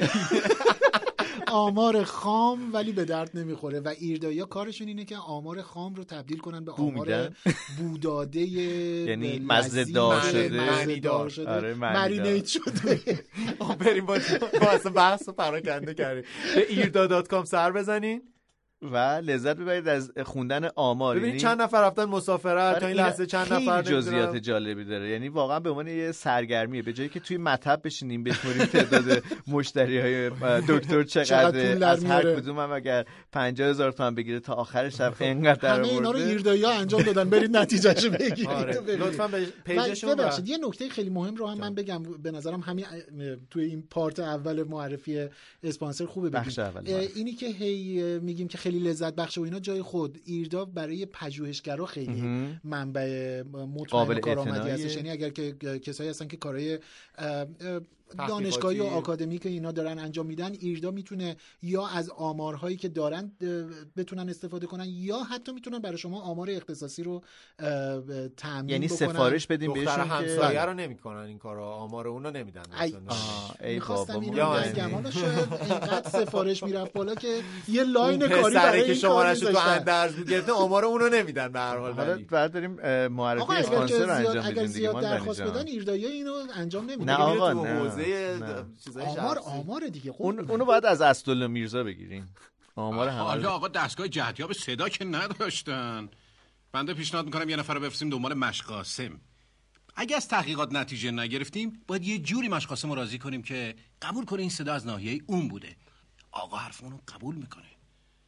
C: آمار خام ولی به درد نمیخوره و ایردایی کارشون اینه که آمار خام رو تبدیل کنن به آمار
B: میدن؟
C: بوداده
B: یعنی
C: یعنی
B: مزه‌دار شده.
A: معنی‌دار.
B: آره،
C: شده
B: معنی‌دار.
C: مرینیت شده
A: بریم با با اصلا بحث رو پراکنده کردیم به ایردا دات کام سر بزنین
B: و لذت ببرید از خوندن آمار
A: ببینید
B: یعنی-
A: چند نفر رفتن مسافرت
B: آره،
A: تا این
B: این
A: لحظه چند
B: خیلی
A: نفر
B: جزئیات
A: نمی‌دونم.
B: جالبی داره یعنی واقعا به عنوان یه سرگرمیه به جایی که توی مطب بشینیم
C: *laughs*
B: بخوریم تعداد مشتری های دکتر
C: چقدر پول
B: چقدر
C: در
B: از
C: میاره.
B: هر کدوم هم اگر 50 هزار تومن بگیره تا آخر
C: *laughs*
B: شب انقدر در
C: همه اینا رو
B: آورده.
C: ایردایی ها انجام دادن برید نتیجهشو بگیرید
A: آره.
C: ببینید.
A: لطفاً به پیجشون
C: و ببخشید
A: و-
C: یه نکته خیلی مهم رو هم من بگم به نظرم همین اه، توی این پارت اول معرفی اسپانسر خوبه بگیم
B: بخش اول
C: اه،
B: معرفی.
C: اینی که هی اه، میگیم که خیلی لذت بخشه و اینا جای خود ایردا برای پژوهشگرا خیلی
B: مهم.
C: منبع مطمئن
B: قابل
C: کارآمدی
B: اعتناییه.
C: هستش یعنی اگر که اه، کسایی هستن که کارهای اه، اه، دانشگاهی و آکادمی که اینا دارن انجام میدن ایردا میتونه یا از آمارهایی که دارن اه، بتونن استفاده کنن یا حتی میتونن برای شما آمار اختصاصی رو تعمین
B: یعنی
C: بکنن.
B: سفارش بدیم
A: دختر
B: بهشون
A: همسایه
B: که
A: رو نمیکنن این کارو آمار اونا نمیدن
C: ای-
A: مثلا.
B: آه، ای
C: میخواستم
B: بابا
C: اینو
B: ما- یعنی.
C: بگم حالا شاید اینقدر سفارش میرفت بالا که یه لاین
A: اون
C: کاری برای
A: پسره که
C: این کار
A: شمارش رو تو
C: می‌ذاشتن. آره.
A: اندرز بود گرفته آمار اونو نمیدن به هر حال
B: حالا
A: ولی.
B: بعد داریم اه،
C: آقا
B: معرفی
C: اگر که
B: اسپانسر رو
C: زیاد,
B: انجام
C: اگر
B: بدیم دیگه
C: زیاد
B: ما
C: درخواست بدن ایردایی اینو انجام
A: دیگه
B: نه،
C: نمیدن
A: میره
B: آقا،
A: تو
B: نه،
A: حوزه
B: نه.
A: د- چیزای
C: آمار
A: شخصی.
C: آمار دیگه خب، قول
B: اون
C: می‌دم.
B: اونو باید از اسدالله میرزا بگیریم آمار همه رو
L: حالا آقا دستگاه جهتیاب صدا که نداشتن بنده پیشنهاد میکنم یه نفر رو بفرستیم دنبال مشقاسم اگه از تحقیقات نتیجه نگرفتیم باید یه جوری مشقاسم رو راضی کنیم که قبول کنه این صدا از ناحیه اون بوده آقا حرف اونو قبول میکنه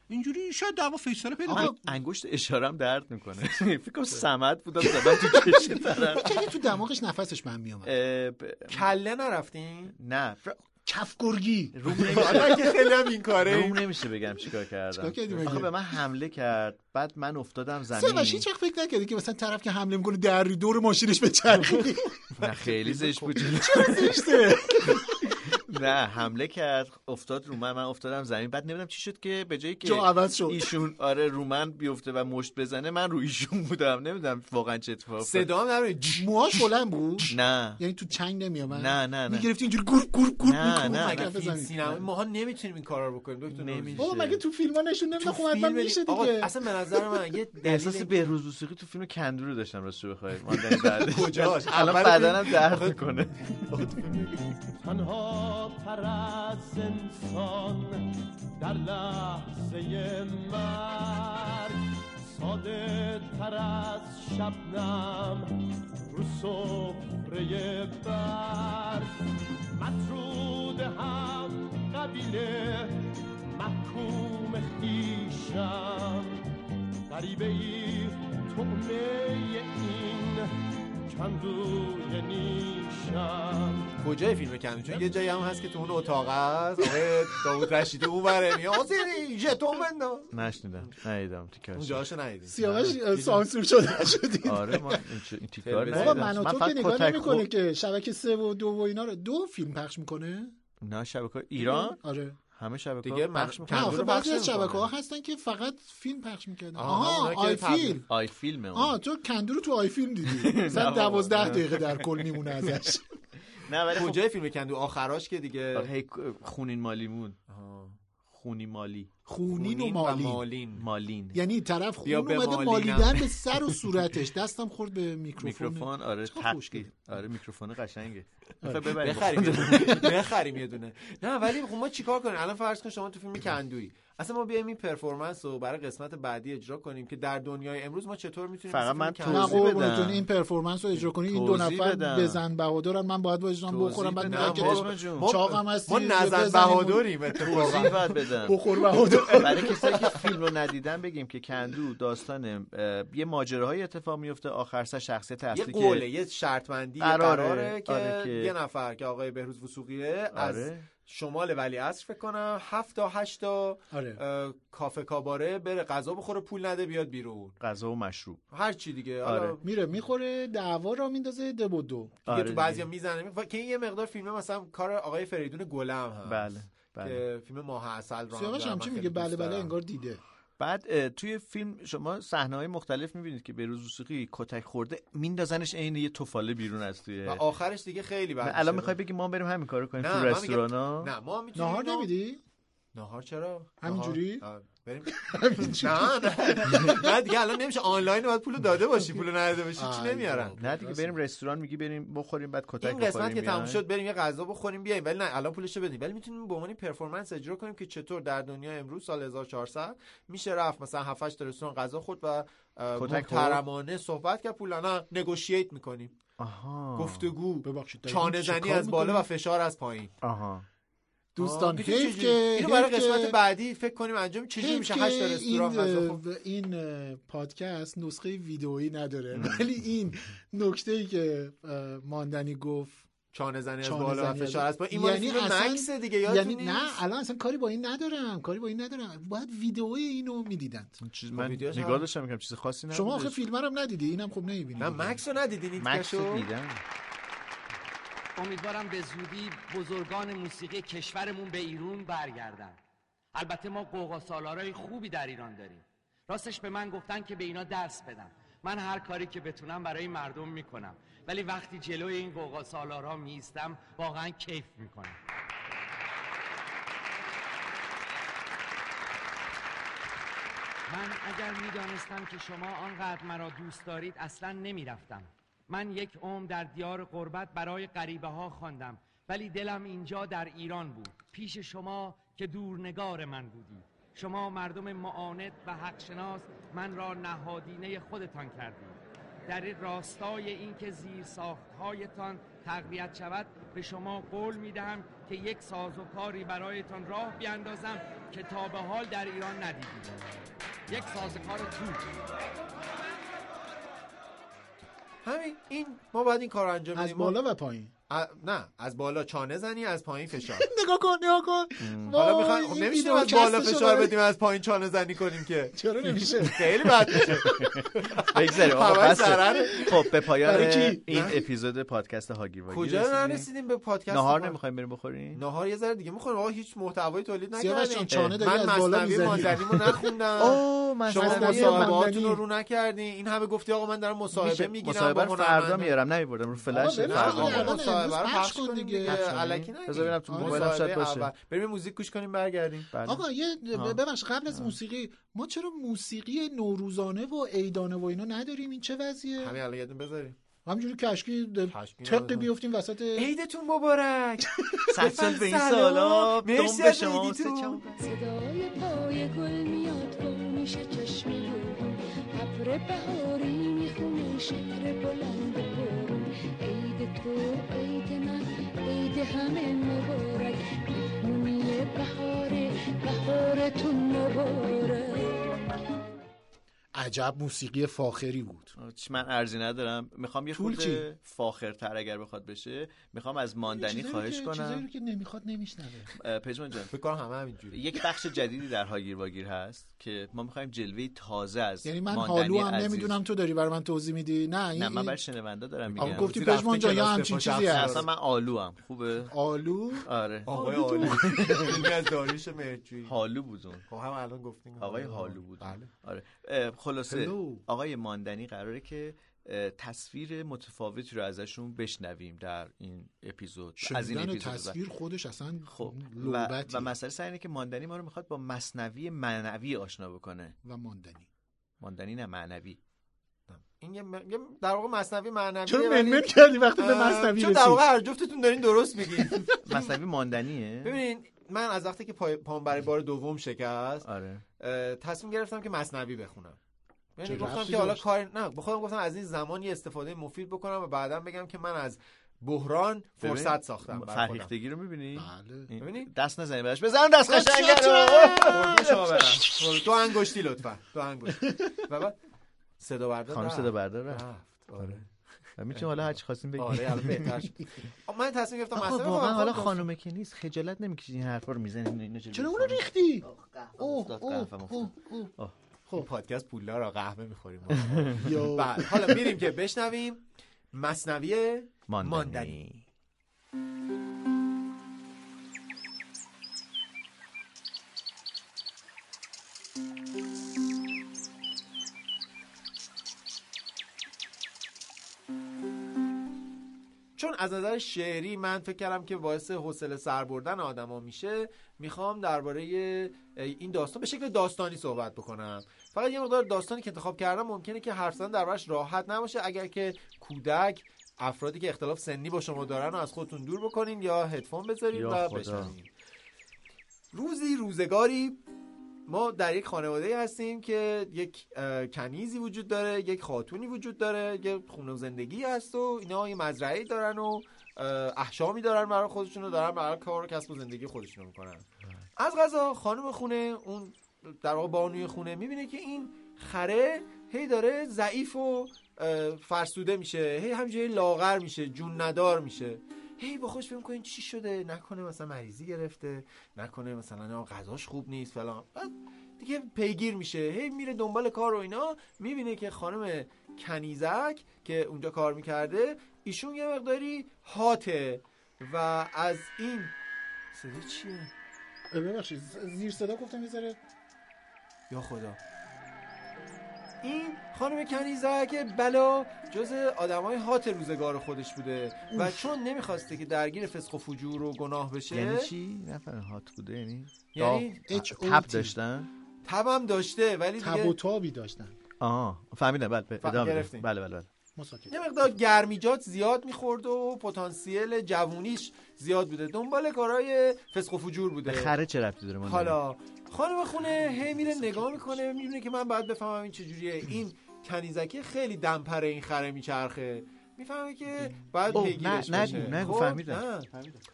L: اینجوری شاید دعوا فیصله پیدا کنه.
B: آقا انگشت اشارم درد
C: *laughs*
B: میکنه فکر کنم سمت بودم زدم تو کش طرف
C: چه تو دماغش نفسش من میومد
B: اه، ب-
A: کله نرفتین
B: نه ف-
C: کفگرگی
B: روم نمیشه
A: حالا که
C: *laughs*
A: خیلی هم این کاره
B: روم نمیشه بگم چیکار
C: چیکار کردی
B: کردم
C: مگه؟
B: آخه به من حمله کرد بعد من افتادم
C: سیاوش
B: زمین
C: هیچ وقت فکر نکردی که مثلا طرف که حمله میکنه در دور ماشینش به
B: *laughs*
C: چرخی
B: نه خیلی زشت بود نه حمله کرد افتاد رو من من افتادم زمین بعد نمیدونم چی شد که به جایی که
C: جا عوض شد.
B: ایشون آره رو من بیفته و مشت بزنه من رو ایشون بودم نمیدونم واقعا چه اتفاقی افتاد.
A: صدا هم نبرید. جش.
C: موهاش بلند بود
B: نه
C: یعنی تو چنگ نمیومد
B: نه، نه، نه.
C: میگرفتی اینجوری گورپ گورپ گورپ
B: نه،
C: می‌کوبید
B: نه،
C: مگه
A: مگه
B: نه.
C: به
A: فیلم
C: زمین.
A: سینما ما ها نمیتونیم این کارا رو بکنیم دکتر
B: نمیشه.
A: نوروزی.
C: بابا مگه تو فیلم ها نشون
A: تو
C: نمیده خب حتما
A: فیلم-
C: میشه
A: آقا،
C: دیگه
A: اصلا به نظر من یه
B: *laughs* احساس
A: دلیل
B: بهروز موسیقی تو فیلم کندو رو داشتم راستش بخواید ماندن
C: *laughs*
B: بعدش
A: کجاش؟
B: الان
A: اول
B: بدنم درد میکنه
G: تنها پر از انسان در لحظه مرگ ساده تر از شبنم رو صفره برگ مطرود هم قبیله محکوم خیشم غریبه ای طعمه این کندوی نیشم
A: کجای فیلم کمی چون یه جایی هم هست که تو اون اتاق است آقای داوود رشیدی اون بره میاد آقا سری ژتون بنداز
B: نشنیدم ندیدم تیکرش
A: اونجاشو ندیدین
C: سیاوش سانسور شده شدی
B: آره ما این, چه- این تیکار
A: تلویزیون.
C: بابا
B: ندیدم.
C: من و تو که
B: فقط
C: نگاه
B: کتک
C: نمیکنه
B: خور-
C: که شبکه سه و دو و اینا رو دو فیلم پخش میکنه
B: نه شبکه ایران
C: آره
B: همه شبکه
A: دیگه
B: دیگه
A: من-
B: پخش
C: نه
A: کندو
B: میکنه
A: رو پخش
C: آخه بعضی از
A: نمی‌کنه.
C: شبکه ها هستن که فقط فیلم پخش میکردن
A: آها،
C: آها
A: اونایی
C: آی
A: که
C: فیلم
B: آی فیلم
C: آه تو کندو رو تو آی فیلم دیدی
B: نه
C: مثلا
B: بابا،
C: دوازده
B: نه.
C: دقیقه در کل میمونه ازش
B: نه ولی خب
A: کجای فیلم کندو آخراش که
B: آره،
A: دیگه
B: هی خونین مالیمون
A: آها.
B: خونی مالی
C: خونین و
A: خونین
C: مالی
B: مالین
C: یعنی طرف خون
A: بیا به
C: اومده
A: مالینم.
C: مالیدن به سر و صورتش دستم خورد به میکروفون
B: میکروفون آره
C: چقدر خوشگله.
B: تقی آره میکروفون قشنگه
C: آره.
B: میخوای ببریم
A: بخریم یه دونه.
B: *laughs*
A: بخریم یه دونه نه ولی خب ما چیکار کنیم الان فرض کن شما تو فیلم کندویی اصلا ما بیایم این پرفورمنس رو برای قسمت بعدی اجرا کنیم که در دنیای امروز ما چطور میتونیم
B: فقط من
C: نه خب،
B: توضیح
C: قربونتون
B: بدم.
C: این پرفورمنس رو اجرا کنی این دو
B: توضیح
C: نفر
B: بدم.
C: بزن بهادرن من باید باجشان
B: توضیح
C: بخورم بعد
B: بدم.
C: میگم
B: ما-
C: که
B: چشم جون.
C: چاقم هستی
A: خب، ما
C: یه
A: نظر
C: بزنیم.
A: بهادریم اتفاقا
B: توضیح باید بدم
C: بخور بهادر
B: برای کسایی که فیلم رو ندیدن بگیم که کندو داستان اه، یه ماجراهای اتفاق میفته آخر سر شخصیت
A: یه
B: اصلی
A: قوله
B: که
A: یه شرطمندی یه
B: قراره.
A: قراره که,
B: آره که-
A: یه نفر که آقای بهروز وسوقیه از
B: آره
A: شمال ولی اصر فکر کنم هفت تا هشت تا
C: آره
A: اه، کافه کاباره بره غذا بخوره پول نده بیاد بیرون
B: غذا و مشروب
A: هر چی دیگه
B: آره.
A: حالا
C: میره میخوره دعوا را میندازه ده و دو
A: دیگه
B: آره
A: تو
B: دیگه.
A: بعضیا میزنه می- که این یه مقدار فیلم مثلا کار آقای فریدون گلم هم
B: بله بله
A: که فیلم ماه عسل رو
C: سیاوش
A: دارم.
C: هم چی
A: من
C: میگه
A: خیلی دوست
C: بله بله
A: دارم.
C: انگار دیده
B: بعد اه، توی فیلم شما صحنه های مختلف میبینید که بهروز موسیقی کتک خورده میندازنش عین یه توفاله بیرون از توی
A: و آخرش دیگه خیلی بد
B: الان
A: میشه.
B: میخوای بگی ما بریم همین کارو کنیم
A: نه،
B: تو
A: من میگم-
B: رستورانا
A: نه ما میتونیم
C: نهار نمیدی
A: نهار چرا
C: همینجوری؟
A: نهار؟ آه، بریم
C: همینجوری؟
A: نه نه بعد دیگه الان نمیشه آنلاین باید پولو داده باشی پولو نداده باشی چی نمیارن
B: نه دیگه بریم رستوران میگی بریم بخوریم بعد کتک
A: این قسمت
B: بخوریم،
A: که تموم
B: بیایم.
A: شد بریم یه غذا بخوریم بیایم ولی نه الان پولشو بدیم ولی میتونیم به عنوان پرفورمنس اجرا کنیم که چطور در دنیا امروز سال 1400 میشه رفت مثلا 7 8 تا رستوران غذا خورد و اه،
B: کتک خورد؟
A: محترمانه صحبت کرد پول نه نگوشییت میکنیم
B: آها
A: گفتگو
C: ببخشید دقیقاً
A: چانه
C: چه
A: زنی
C: کار
A: از بالا
C: می‌کنی؟
A: و فشار از پایین
B: آها
C: دوستان
A: آه، می‌دونی
C: حیف
A: چجوری؟
C: که
A: اینو برای
C: حیف
A: قسمت
C: که-
A: بعدی فکر کنیم انجام چجوری
C: حیف
A: میشه
C: که
A: 8 تا رستوران خب.
C: این
A: غذا
C: اه،
A: خورد
C: و این اه، پادکست نسخه ویدئویی نداره ولی این نکته ای که اه، ماندنی گفت
A: چانه زنی از
C: چانه
A: بالا و
C: زنی از-
A: فشار از پایین این یعنی
C: اصلا-
A: مکس دیگه یادتون
C: یعنی
A: نیست
C: نه الان اصلا کاری با این ندارم کاری با این ندارم باید ویدئوی اینو میدیدند
B: چیز
A: خب،
B: من
A: ویدیوش
B: نگاه
A: هم-
B: داشتم میگم چیز خاصی نه
C: شما آخه فیلم رو هم ندیدی اینم خب نمیبینی
A: نه مکس رو ندیدین این
B: مکس رو
A: تیکشو؟ *laughs*
B: دیدم
F: امیدوارم به زودی بزرگان موسیقی کشورمون به ایران برگردن البته ما قوقا سالارای خوبی در ایران داریم راستش به من گفتن که به اینا درس بدم من هر کاری که بتونم برای مردم میکنم ولی وقتی جلوی این قوقا سالارا میستم واقعا کیف میکنم من اگر میدانستم که شما آنقدر مرا دوست دارید اصلا نمیرفتم من یک عمر در دیار قربت برای غریبه ها خواندم ولی دلم اینجا در ایران بود پیش شما که دورنگار من بودید شما مردم معاند و حقشناس من را نهادینه خودتان کردید در این راستای اینکه زیر ساختهایتان تقویت شود به شما قول میدهم که یک سازوکاری برایتان راه بیاندازم که تا به حال در ایران ندیدید یک سازوکار تو
A: همین این ما باید این کار رو انجام
C: از
A: بدیم ما-
C: بالا و پایین
A: ا- نه از بالا چانه زنی از پایین
C: *laughs*
A: فشار
C: نگاه کن نگاه کن
A: حالا
C: وای،
A: میخوایم
C: این
A: خب نمیشه
C: ویدئو
A: از بالا
C: کستشو
A: فشار
C: داره.
A: بدیم از پایین چانه زنی کنیم که
C: *laughs* چرا
A: *laughs*
C: نمیشه
A: خیلی بد میشه
C: *laughs*
B: بگذاریم آقا
A: همش
B: بسه.
A: ضرره.
B: خب به پایان
C: برای کی؟
B: این
A: نه.
B: اپیزود پادکست هاگیر واگیر
A: کجا
B: رسیدیم.
A: نرسیدیم به پادکست
B: نهار
A: ما؟
B: نمیخوایم بریم بخوریم
A: نهار یه ذره دیگه میخوریم آقا هیچ محتوایی تولید
C: سیاوش جان،
A: نکردیم
C: چانه داری
A: من
C: از بالا
A: مصنوی
C: میزنی.
A: ماندنیمو
C: *laughs*
A: نخوندم
B: اوه من
A: شما
C: مصنوی
A: مصاحبهاتون رو
C: ماندنی.
A: رو نکردین این همه گفتی آقا من دارم مصاحبه میگیرم
B: مصاحبه رو فردا میارم نمیبردم رو
C: آقا
B: فلش
C: ولش
B: فردا
C: کن،
A: آقا
B: میارم.
C: الان
A: مصاحبه رو
C: امروز
A: پخش
C: پخش کن
A: کن
C: دیگه. آره.
A: دیگه
C: پخش
B: کنیم.
A: الکی نگین.
B: بذار ببینم تو
A: آقا
B: موبایلم شاید
A: مصاحبه
B: باشه.
A: اول. بریم یه موزیک گوش کنیم برگردیم
B: بله.
C: آقا یه
B: آه.
C: ببخش قبل از موسیقی ما چرا موسیقی نوروزانه و عیدانه و اینا نداریم این چه وضعیه
A: همین الان یادم بذاریم
C: همجوری کشکی
A: کشکی
C: تقی
A: نداریم.
C: بیفتیم وسط
A: عیدتون
C: *laughs*
A: مبارک
B: سلام به این
A: سلام.
B: سالا
A: مرسی
B: دم به
A: از
B: شما،
A: عیدیتون.
B: سه چم.
M: صدای پای گل میاد گم میشه چشم یارو ابر بهاری میخونه شعر بلند بارون عید تو عید من عید همه مبارک مهمونی بهاره بهارتون مبارک
C: عجب موسیقی فاخری بود
B: چی- من ارزی ندارم میخوام یه
C: طول
B: خورده فاخرتر اگر بخواد بشه میخوام از ماندنی
C: چیزایی
B: خواهش
C: که- چیزایی رو
B: کنم
C: که نمیخواد نمیشنوه
B: اه، پژمان جان
A: فکر کنم همه همینجوری
B: یک بخش جدیدی در هاگیر واگیر هست که ما میخوایم جلوه تازه از
C: یعنی من
B: ماندنی
C: حالو هم
B: عزیز.
C: نمیدونم تو داری برای من توضیح میدی نه این
B: نه من برای شنونده دارم
C: آقا
B: میگم
C: گفتی بله.
A: رفته
C: پژمان جان یا
A: کلاس
C: همچین
A: پشت
C: چیزی
A: افسر.
C: هست
B: اصلا من آلو هم خوبه
C: آلو
B: آره
A: آقای عالی این از داریوش مهرجویی
B: حالو بود اون
A: خب هم الان گفتیم
B: آقای حالو بود
A: بله
B: آره اه، خلاصه
C: Hello.
B: آقای ماندنی قراره که اه، تصویر متفاوتی رو ازشون بشنویم در این اپیزود از این
C: شنیدن
B: اپیزود و-
C: تصویر خودش اصلا
B: خب و,
C: لعبتی
B: و مسئله سر اینه که ماندنی ما رو میخواد با مصنوی معنوی آشنا بکنه
C: و ماندنی
B: ماندنی نه معنوی
A: این یه, م- یه در واقع مصنوی معنوی
C: چرا منمن کردی وقتی به مصنوی
A: چون در واقع
C: رسید
A: هر جفتتون دارین درست میگین
B: مصنوی ماندنیه
A: ببینین من از وقتی که پای- پام برای بار دوم شکست
B: آره
A: اه، تصمیم گرفتم که مصنوی بخونم یعنی
C: چه
A: گفتم
C: ربطی
A: که حالا
C: داشت؟
A: کار نه به خودم گفتم از این زمان یه استفاده مفید بکنم و بعدا بگم که من از بحران فرصت ساختم بر خودم.
B: فرهیختگی رو میبینی
C: بله
B: این-
A: ببینی؟
B: دست نزنی بهش بزن
A: خب،
B: دست قشنگه
A: قربون شما برم. قربون. دو انگشتی لطفا دو انگشتی و بعد صدا بردار
B: خانم
A: رفت.
B: صدا بردار رفت.
A: رفت آره
B: میتونی حالا هرچی خواستیم بگی
A: آره الان بهتر شد من تصمیم گرفتم
B: آقا
A: مصنوی
B: واقعا
A: بخونم.
B: حالا
A: خب،
B: خانومه که نیست خجالت نمیکشی این حرفا رو میزنی
C: چرا اونو ریختی اوه
B: افتاد،
C: اوه
B: قهوه‌م
C: اوه اوه
A: این پادکست پولدار را قهوه میخوریم
C: یو.
A: بله حالا میریم که بشنویم مصنوی ماندنی
B: ماندنی
A: چون از نظر شعری من فکر کردم که باعث حوصله سر بردن آدما میشه میخوام درباره این داستان به شکل داستانی صحبت بکنم فقط یه مقدار داستانی که انتخاب کردم ممکنه که حرف زدن دربارش راحت نباشه اگر که کودک افرادی که اختلاف سنی با شما دارن رو از خودتون دور بکنین یا هدفون بذارین
B: یا
A: و
B: خدا.
A: بشنوین روزی روزگاری ما در یک خانواده هستیم که یک اه، کنیزی وجود داره یک خاتونی وجود داره یک خونه و زندگی هست و اینا یه مزرعه دارن و اه، احشامی دارن برای خودشون و دارن برای کار و کسب و زندگی خودشون رو میکنن از غذا خانم خونه اون در واقع بانوی خونه میبینه که این خره هی داره ضعیف و اه، فرسوده میشه هی همینجوری لاغر میشه جون ندار میشه هی با خوش فکر کنین چی شده نکنه مثلا مریضی گرفته نکنه مثلا نه، غذاش خوب نیست فلان بعد دیگه پیگیر میشه هی میره دنبال کار و اینا میبینه که خانم کنیزک که اونجا کار میکرده ایشون یه مقداری هاته و از این صدا چیه
C: ببخشید زیر صدا گفتم یه ذره
A: یا خدا این خانم کنیزک بلا جز آدمای هات روزگار خودش بوده و
B: اوف.
A: چون نمیخواسته که درگیر فسق و فجور و گناه بشه
B: یعنی چی نفر هات بوده یعنی
A: یعنی
B: داغ-
A: H O
B: تب
A: T.
B: داشتن
A: تبم داشته ولی
C: تب و
A: دیگه
C: تابی داشتن
B: آها فهمیدم بله بله
A: ف-
B: ادامه بده.
A: گرفتیم.
B: بله بله بله
C: مساکن
A: یه مقدار گرمیجات زیاد میخورد و پتانسیل جوونیش زیاد بوده دنبال کارهای فسق و فجور
B: به
A: بوده
B: خره چه ربطی داره من
A: حالا خانم خونه هی میره نگاه میکنه میبینه که من باید بفهمم این چجوریه این کنیزکی خیلی دمپره این خره میچرخه میفهمه که باید
B: اوه،
A: پیگیرش
B: نه،
A: بشه
B: نگو، نگو،
A: خب،
B: فهمیدم.
A: نه.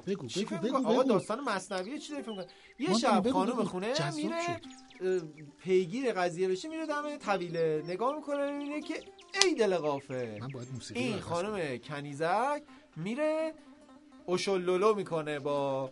C: بگو
A: چی
C: بگو
A: فکر
C: بگو
A: می‌کنی؟ آقا
C: بگو
A: داستان مصنوی چی داری فکر می‌کنی؟ یه
C: مامان،
A: شب
C: بگو،
A: خانم
C: بگو.
A: خونه
C: جذاب
A: میره
C: شد.
A: اه، پیگیر قضیه بشه میره دم طویله نگاه میکنه میبینه که ای دل قافه
C: من باید موسیقی رو
A: این
C: عوض
A: خانم کنیزک میره اوشلولو میکنه با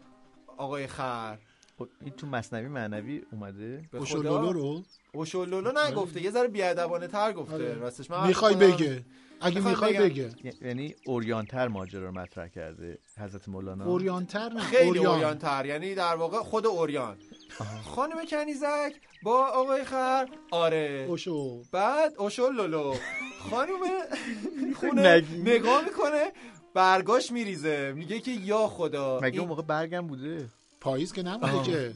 A: آقای خر
B: خب، این تو مصنوی معنوی اومده
A: به
C: اوشولولو
A: خدا.
C: رو
A: اوشولولو نگفته یه ذره بیادبانه تر گفته
C: آره.
A: راستش من
C: میخوای
A: خودم-
C: بگه اگه
A: می‌خوام
C: میخوای
A: بگم.
C: بگه
B: ی- یعنی اورینتر ماجرا رو مطرح کرده حضرت مولانا
C: اوریانتر نه
A: خیلی
C: اوریان
A: اوریان تر یعنی در واقع خود اوریان خانم کنیزک با آقای خر آره
C: اوشو
A: بعد اوشول لولو
C: *laughs*
A: خانم خونه نگاه میکنه برگاش میریزه میگه که یا خدا
B: مگه اون
A: این- بله،
B: موقع برگم بوده
C: پاییز که نبوده
B: آه.
C: که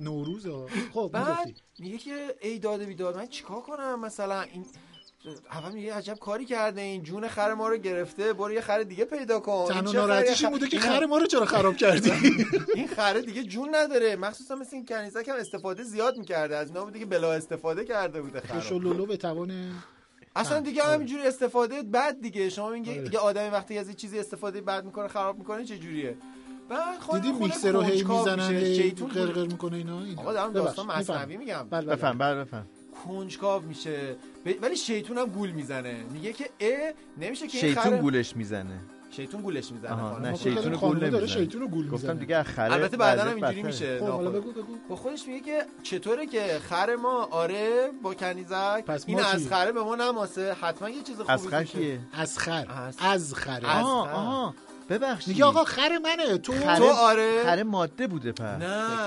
C: نوروز خب
A: بعد
C: میگفتی
A: میگه که ای داده بیداد من چیکار کنم مثلا این اول میگه عجب کاری کرده این جون خر ما رو گرفته برو یه خر دیگه پیدا کن این
C: تنها
A: چه خریه؟
C: ناراحتیش این بوده که خر ما رو چرا خراب
A: *laughs*
C: کردی
A: این خره دیگه جون نداره مخصوصا مثل این کنیزک هم استفاده زیاد میکرده از اینا بوده که بلا استفاده کرده بوده
C: اوشو
A: خره
C: لولو به توان
A: اصلا
C: هم.
A: دیگه
C: آره.
A: همینجوری استفاده بد دیگه شما
C: آره.
A: میگه یه آدمی وقتی از یه چیزی استفاده بد میکنه خراب میکنه چه جوریه بعد خود
C: دیدی میکسر رو هی میزنن هی
A: شیطون
C: قرقر میکنه اینا اینا
A: آقا دارم داستان
C: ببخش، می‌فهمم.
A: مصنوی میگم
C: بله، بله.
B: بفهم بله بفهم
A: کنجکاو میشه ب- ولی شیطون هم گول میزنه میگه که اه نمیشه که این
B: شیطون
A: خره
B: گولش میزنه
A: شیطون گولش میزنه
B: آها،
A: خانم.
B: نه،
C: ما
B: شیطون
C: گفتم
B: رو
C: خانوما
B: گول
C: خب، داره
B: نمیزنه.
C: شیطون رو گول
B: گفتم
C: میزنه
B: دیگه از خره
A: البته بعدا
B: وضعیت
A: هم اینجوری
B: بدتره.
A: میشه
C: خب حالا
A: ناخودآگاه.
C: بگو بگو
A: با خودش میگه که چطوره که خر ما آره با کنیزک
C: پس ما
A: این
C: چی؟
A: از خره به ما نماسه حتما یه چیز خوبی
B: از خر
A: توشه.
B: کیه
C: از خر
A: از-
C: از خره
A: از-
B: آها
A: خر.
B: آها ببخشید
C: میگه آقا خر منه تو
B: خره-
A: تو آره؟
B: خره ماده بوده پس
A: نه
C: آقا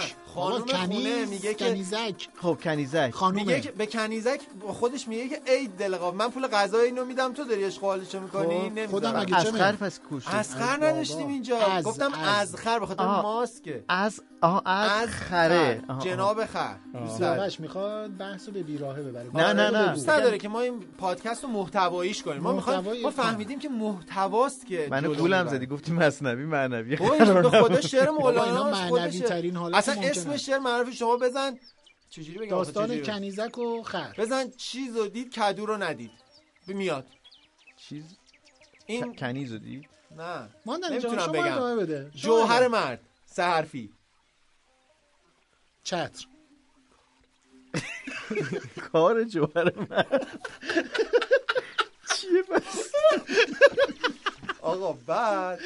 A: خانم خونه
C: کنیز
A: میگه که
C: کنیزک
B: خب کنیزک
A: میگه که
C: خانومه
A: به کنیزک با خودش میگه که ای دلقا من پول غذای اینو میدم تو داری اشغالشو میکنی
C: خب، خودم
A: نمیذارم
C: اگه
B: از
C: چمه؟
B: خر پس کشته
A: از خر
C: بابا.
A: نداشتیم اینجا
C: از-
A: گفتم
C: از.
A: از خر به خاطر
B: آها.
A: ماسکه
B: از آها از,
A: از
B: خره
A: خر.
B: آها، آها.
A: جناب خر دوست داره.
C: سیاوش میخواد بحث رو به بیراهه ببره
B: نه،
C: آره،
B: نه، نه.
A: دوست نداره که ما این پادکست رو محتواییش کنیم ما میخوایم
C: محتوایی-
A: ما فهمیدیم که محتواست که
B: من
A: جلو
B: گولم
A: میبره.
B: زدی گفتی مصنوی معنوی
A: بابا این به خدا شعر
C: بابا اینا
A: مولانا
C: معنوی ترین حالت
A: اصلا
C: ممکنه.
A: اسم شعر معرفی شما بزن چجوری بگم آخه
C: داستان
A: چجوری بگم؟
C: کنیزک و خر
A: بزن چیز رو دید کدو رو ندید میاد
B: چیز
A: این
B: کنیز رو دید
A: نه
C: ما در اینجا
A: نمیتونم
C: شما
A: بگم.
C: ادامه بده شما
A: جوهر
C: بگو.
A: مرد سه حرفی
C: چتر
B: کار جوهر من چیه پس
A: آقا بعد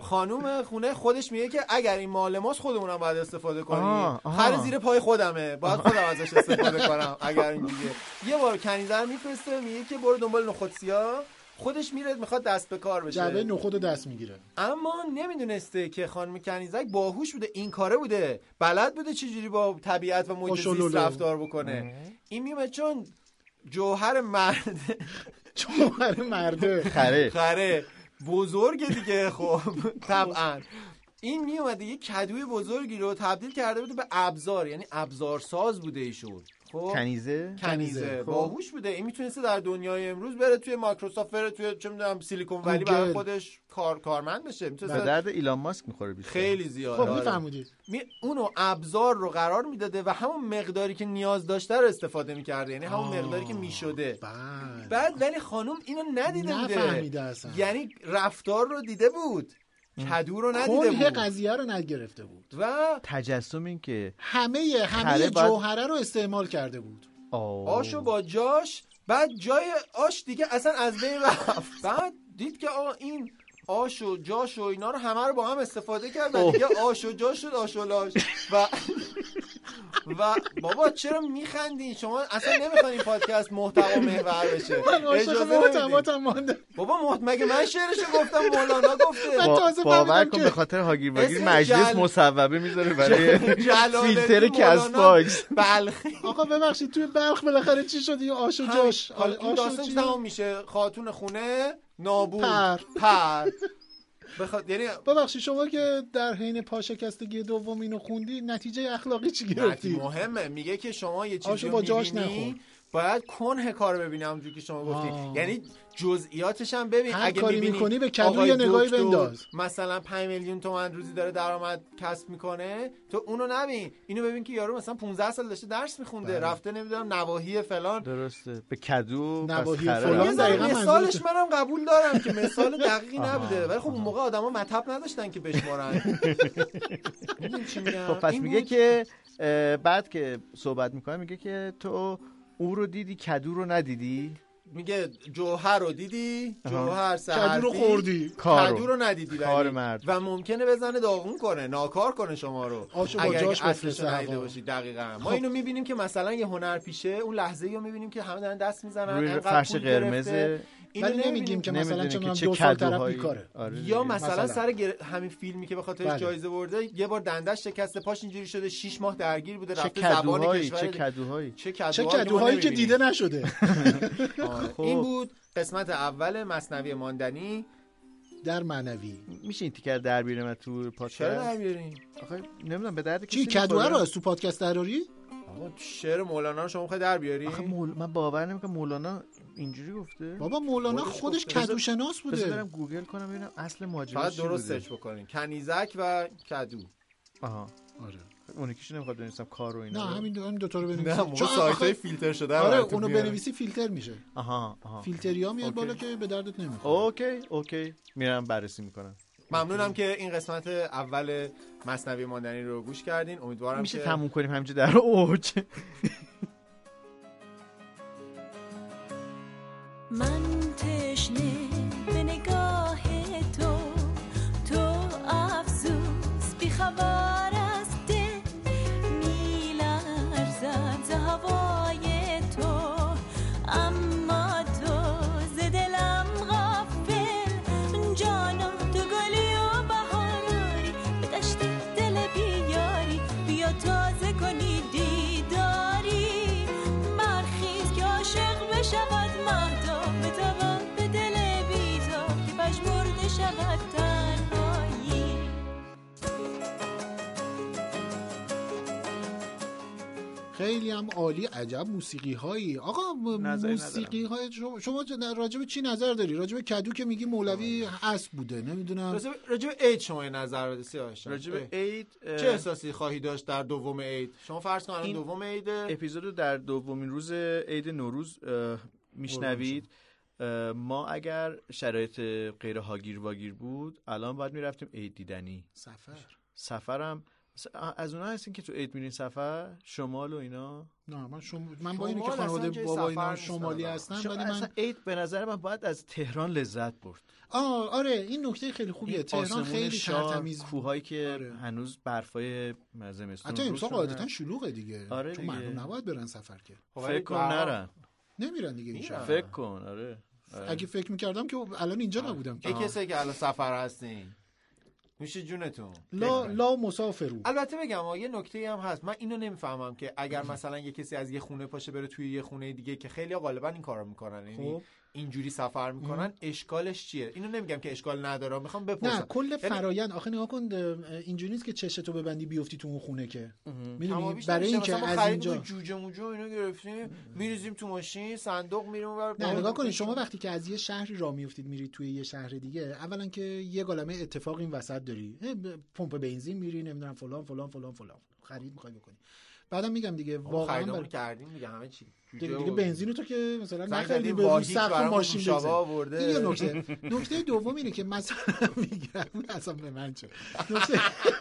A: خانوم خونه خودش میگه که اگر این مال ماست خودمونم باید استفاده کنیم
B: آه، آه.
A: خر زیر پای خودمه باید خودم ازش استفاده کنم اگر اینجوریه یه بار کنیزر میفرسته میگه که برو دنبال نخود سیاه خودش میره میخواد دست به کار بشه
C: جعبه نخود رو دست میگیره *laughs*
A: اما نمیدونسته که خانم کنیزک باهوش بوده این کاره بوده بلد بوده چجوری با طبیعت و محیط زیست
C: آشولولو.
A: رفتار بکنه این میمه چون جوهر مرد
C: جوهر مرده
B: خره
A: خره بزرگه دیگه خب طبعا این می اومده یه کدوی بزرگی رو تبدیل کرده بوده به ابزار یعنی ابزارساز بوده ایشون خب
B: کنیزه
A: کنیزه
B: خب.
A: باهوش بوده این میتونسته در دنیای امروز بره توی مایکروسافت بره توی چه میدونم سیلیکون ولی برای
B: گوگل.
A: خودش کار کارمند بشه
B: به
A: میتونسته
B: درد ایلان ماسک میخوره بیشتر
A: خیلی
C: خب،
B: خب،
A: زیاده آره. می اونو ابزار رو قرار میداده و همون مقداری که نیاز داشته رو استفاده میکرده یعنی همون مقداری که میشده بعد ولی خانم اینو ندیده
C: نفهمیده
A: بوده
C: اصلا.
A: یعنی رفتار رو دیده بود کدو رو ندیده
C: کل
A: بود
C: قضیه رو نگرفته بود
A: و
B: تجسم این که
C: همه همه
B: خره باید-
C: جوهره رو استعمال کرده بود
B: آه.
A: آشو با جاش بعد جای آش دیگه اصلا از بین
C: *laughs*
A: رفت بعد دید که آقا این آش و جاش و اینا رو همه رو با هم استفاده کرد و
B: اوه.
A: دیگه آش و جاش شد آش و لاش و و بابا چرا میخندین شما اصلا نمیخواین این پادکست محتوا محور بشه
C: من عاشق محتواتم
A: مانده بابا محت مگه من شعرشو گفتم مولانا گفته
B: با- باور کن به خاطر هاگیر واگیر
A: اسم
B: مجلس
A: جل-
B: مصوبه میذاره برای
A: جلال‌الدین
B: فیلتر کس
A: مولانا بله.
B: باکس
A: بلخی
C: آقا ببخشید توی بلخ بالاخره چی شد این آش و جاش
A: همین.
C: آ-
A: این
C: آش و
A: داستان
C: چی؟
A: که تمام میشه خاتون خونه نابود
C: پر.
A: پر بخواد یعنی
C: ببخشید شما که در حین پاشکستگی دوم اینو خوندی نتیجه اخلاقی چی گرفتی
A: مهمه میگه که شما یه چیزی
C: آشو
A: رو
C: با جاش
A: می‌بینی،
C: نخور.
A: باید کنه کار ببینی همونجور که شما گفتی
C: آه.
A: یعنی جزئیاتش هم ببین
C: هر
A: اگه
C: کاری
A: می‌بینی
C: می‌کنی به کدو
A: آقای
C: یه نگاهی
A: دکتر
C: بنداز.
A: مثلا 5 میلیون تومن روزی داره درآمد کسب میکنه تو اونو نبین اینو ببین که یارو مثلا 15 سال داشته درس میخونده
B: بله.
A: رفته نمیدونم نواحی فلان
B: درسته به کدو پس
A: نواحی
B: خره
A: فلان
B: رفت.
A: دقیقا خب مثالش منم قبول دارم که مثال دقیقی
B: *laughs* آها.
A: نبوده ولی خب اون موقع آدما مطب نداشتن که بشمارن می‌دونی چی میگم؟
B: خب پس
A: این
B: میگه
A: بود.
B: که اه، بعد که صحبت میکنه میگه که تو او رو دیدی کدو رو ندیدی
A: میگه جوهر رو دیدی
B: آها.
A: جوهر
B: کدو
A: سهر
B: رو خوردی. کار
A: کدو
B: رو.
A: رو ندیدی
B: کار
A: ولی.
B: مرد.
A: و ممکنه بزنه داغون کنه ناکار کنه شما رو
C: آشو با
A: اگر
C: جاش
A: که اصلش
C: بفرسته
A: رو ندیده
C: هوا.
A: باشی دقیقا ما
C: خب.
A: اینو میبینیم که مثلا یه هنر پیشه اون لحظه رو میبینیم که همه دارن دست میزنن
B: روی فرش قرمز
C: ولی نمیگیم که مثلا
B: نمی‌دونه که
C: چون
B: چه
C: دو سال طرف
B: کدوهایی-
C: بیکاره
B: آره
A: یا
B: دیگه.
A: مثلا, سر گر- همین فیلمی که به خاطرش
B: بله.
A: جایزه برده یه بار دندش شکسته پاش اینجوری شده 6 ماه درگیر بوده
B: چه
A: رفته زبان
B: کدوهایی،
A: کشور
B: چه کدوهایی.
A: چه
C: چه
A: کدوهایی,
C: کدوهایی که
A: دیده
C: دیده نشده
A: این بود قسمت اول مصنوی ماندنی
C: در معنوی
B: *laughs* میشه این تیکر در بیاره من تو پادکست
A: چرا نمیارین
B: آخه نمیدونم به درد
C: چی
B: کسی
C: کدوه
B: می‌خوره؟
C: رو از تو پادکست دراری
A: آقا شعر مولانا رو شما میخوای در بیاری
B: آخه مول... من باور نمیکنم مولانا اینجوری گفته
C: بابا مولانا خودش
B: گفته.
C: کدوشناس بوده.
B: خب، بذار برم گوگل کنم ببینم اصل ماجرا
A: فقط
B: چی
A: درست
B: بوده.
A: سرچ بکنین کنیزک و کدو
B: آها
C: آره
B: اون یکی نمیخواد بنویسم کار و
C: نه
B: اینا رو.
C: همین دو همین دوتا رو
A: نه،
C: بنویسی
A: ما
C: چون
A: سایت‌های
C: آخه-
A: فیلتر شده رو
C: آره
A: براتون
C: اونو
A: میارم.
C: بنویسی فیلتر میشه
B: آها آها
C: فیلتری ها میاد
B: اوکی. خب.
C: بالا که به دردت نمیخوره
B: اوکی اوکی میرم بررسی میکنم
A: ممنونم که این قسمت اول مصنوی ماندنی رو گوش کردین امیدوارم
B: میشه
A: که
B: تموم کنیم همینجا در اوج
N: من تشنه به نگاه تو تو افسوس بیخبر از دل میلرزم ز هوای تو اما تو ز دلم غافل جانا تو گلی و بهاری به دشت دل بیاری بیا تازه کنی دیداری برخیز که عاشق بشود مهدا بتاب به دل بیدار که پژمرده شود تنهایی
C: خیلی هم عالی عجب موسیقی هایی آقا
B: نظری
C: موسیقی های شما, شما راجب چی نظر داری راجب کدو که میگی مولوی
B: آره.
C: اسب بوده نمیدونم
A: راجب راجب عید شما یه نظر بده سیاوش
B: راجب عید اه،
A: چه احساسی خواهی داشت در دوم عید شما فرض کن الان
B: این
A: دوم عیده
B: اپیزود رو در دومین روز عید نوروز اه، میشنوید اه، ما اگر شرایط غیر هاگیر واگیر بود الان باید میرفتیم عید دیدنی
C: سفر
B: سفرم از اونا هستین که تو عید میرین سفر شمال و اینا
C: نه من شما من با اینه که
B: شمال اصلا
C: خانواده
B: جای
C: بابا
B: سفر
C: اینا
B: نیست
C: شمالی
B: الان.
C: هستن
B: شما
C: ولی
B: اصلا
C: من
B: عید به نظر من باید از تهران لذت برد
C: آه آره این نکته خیلی خوبیه
B: این
C: تهران
B: آسمون
C: خیلی
B: شار،
C: ترتمیز
B: کوههایی که هنوز برفای زمستون
C: حتی
B: رو
C: امسال
B: شدن.
C: قاعدتا شلوغه دیگه
B: آره
C: چون
B: دیگه.
C: مردم نباید برن سفر که
B: فکر کن نرن
C: نمیرن دیگه این شهر.
B: فکر کن آره آره.
C: اگه فکر میکردم که الان اینجا نبودم
A: یه کسی که الان سفر هستین میشه جونتون
C: لا لا مسافرو
A: البته بگم آه، یه نکته هم هست من اینو نمیفهمم *clears throat* که اگر مثلا یه کسی از یه خونه پاشه بره توی یه خونه دیگه که خیلی غالبا این کارو میکنن یعنی
C: خب.
A: اینجوری سفر *clears throat* میکنن اشکالش چیه اینو نمیگم که اشکال نداره میخوام بپرسم
C: نه کل
A: یعنی
C: فرایند آخه نگاه کن اه، اینجوری نیست که چشتو ببندی بیفتی تو اون خونه که میدونی
A: تمامیش
C: برای
A: نمیشه. مثلا
C: اینکه
A: ما
C: از
A: خرید می‌کنیم
C: اینجا
A: جوجه موجه و اینا گرفتیم میریزیم تو ماشین صندوق میریم اونور
C: نه نگاه کنید شما وقتی که از یه شهری را میفتید میرید توی یه شهر دیگه اولا که یه گالمه اتفاق این وسط داری اه، ب- پمپ بنزین میری نمیدونم فلان فلان فلان فلان خرید میخوای بکنی بعدم میگم دیگه واقعا
A: خریدامون
C: بر-
A: کردیم دیگه همه چی جوجه
C: دیگه, دیگه
A: و-
C: بنزین تو که مثلا
A: زنگ
C: نخیلی
A: زدیم
C: به روی
A: واهیک
C: سقف
A: برامون
C: ماشین
A: نوشابه
C: بریزه.
A: آورده.
C: این یه نکته نکته دوم اینه که مثلا *laughs* میگم اصلا به من چه نکته *laughs*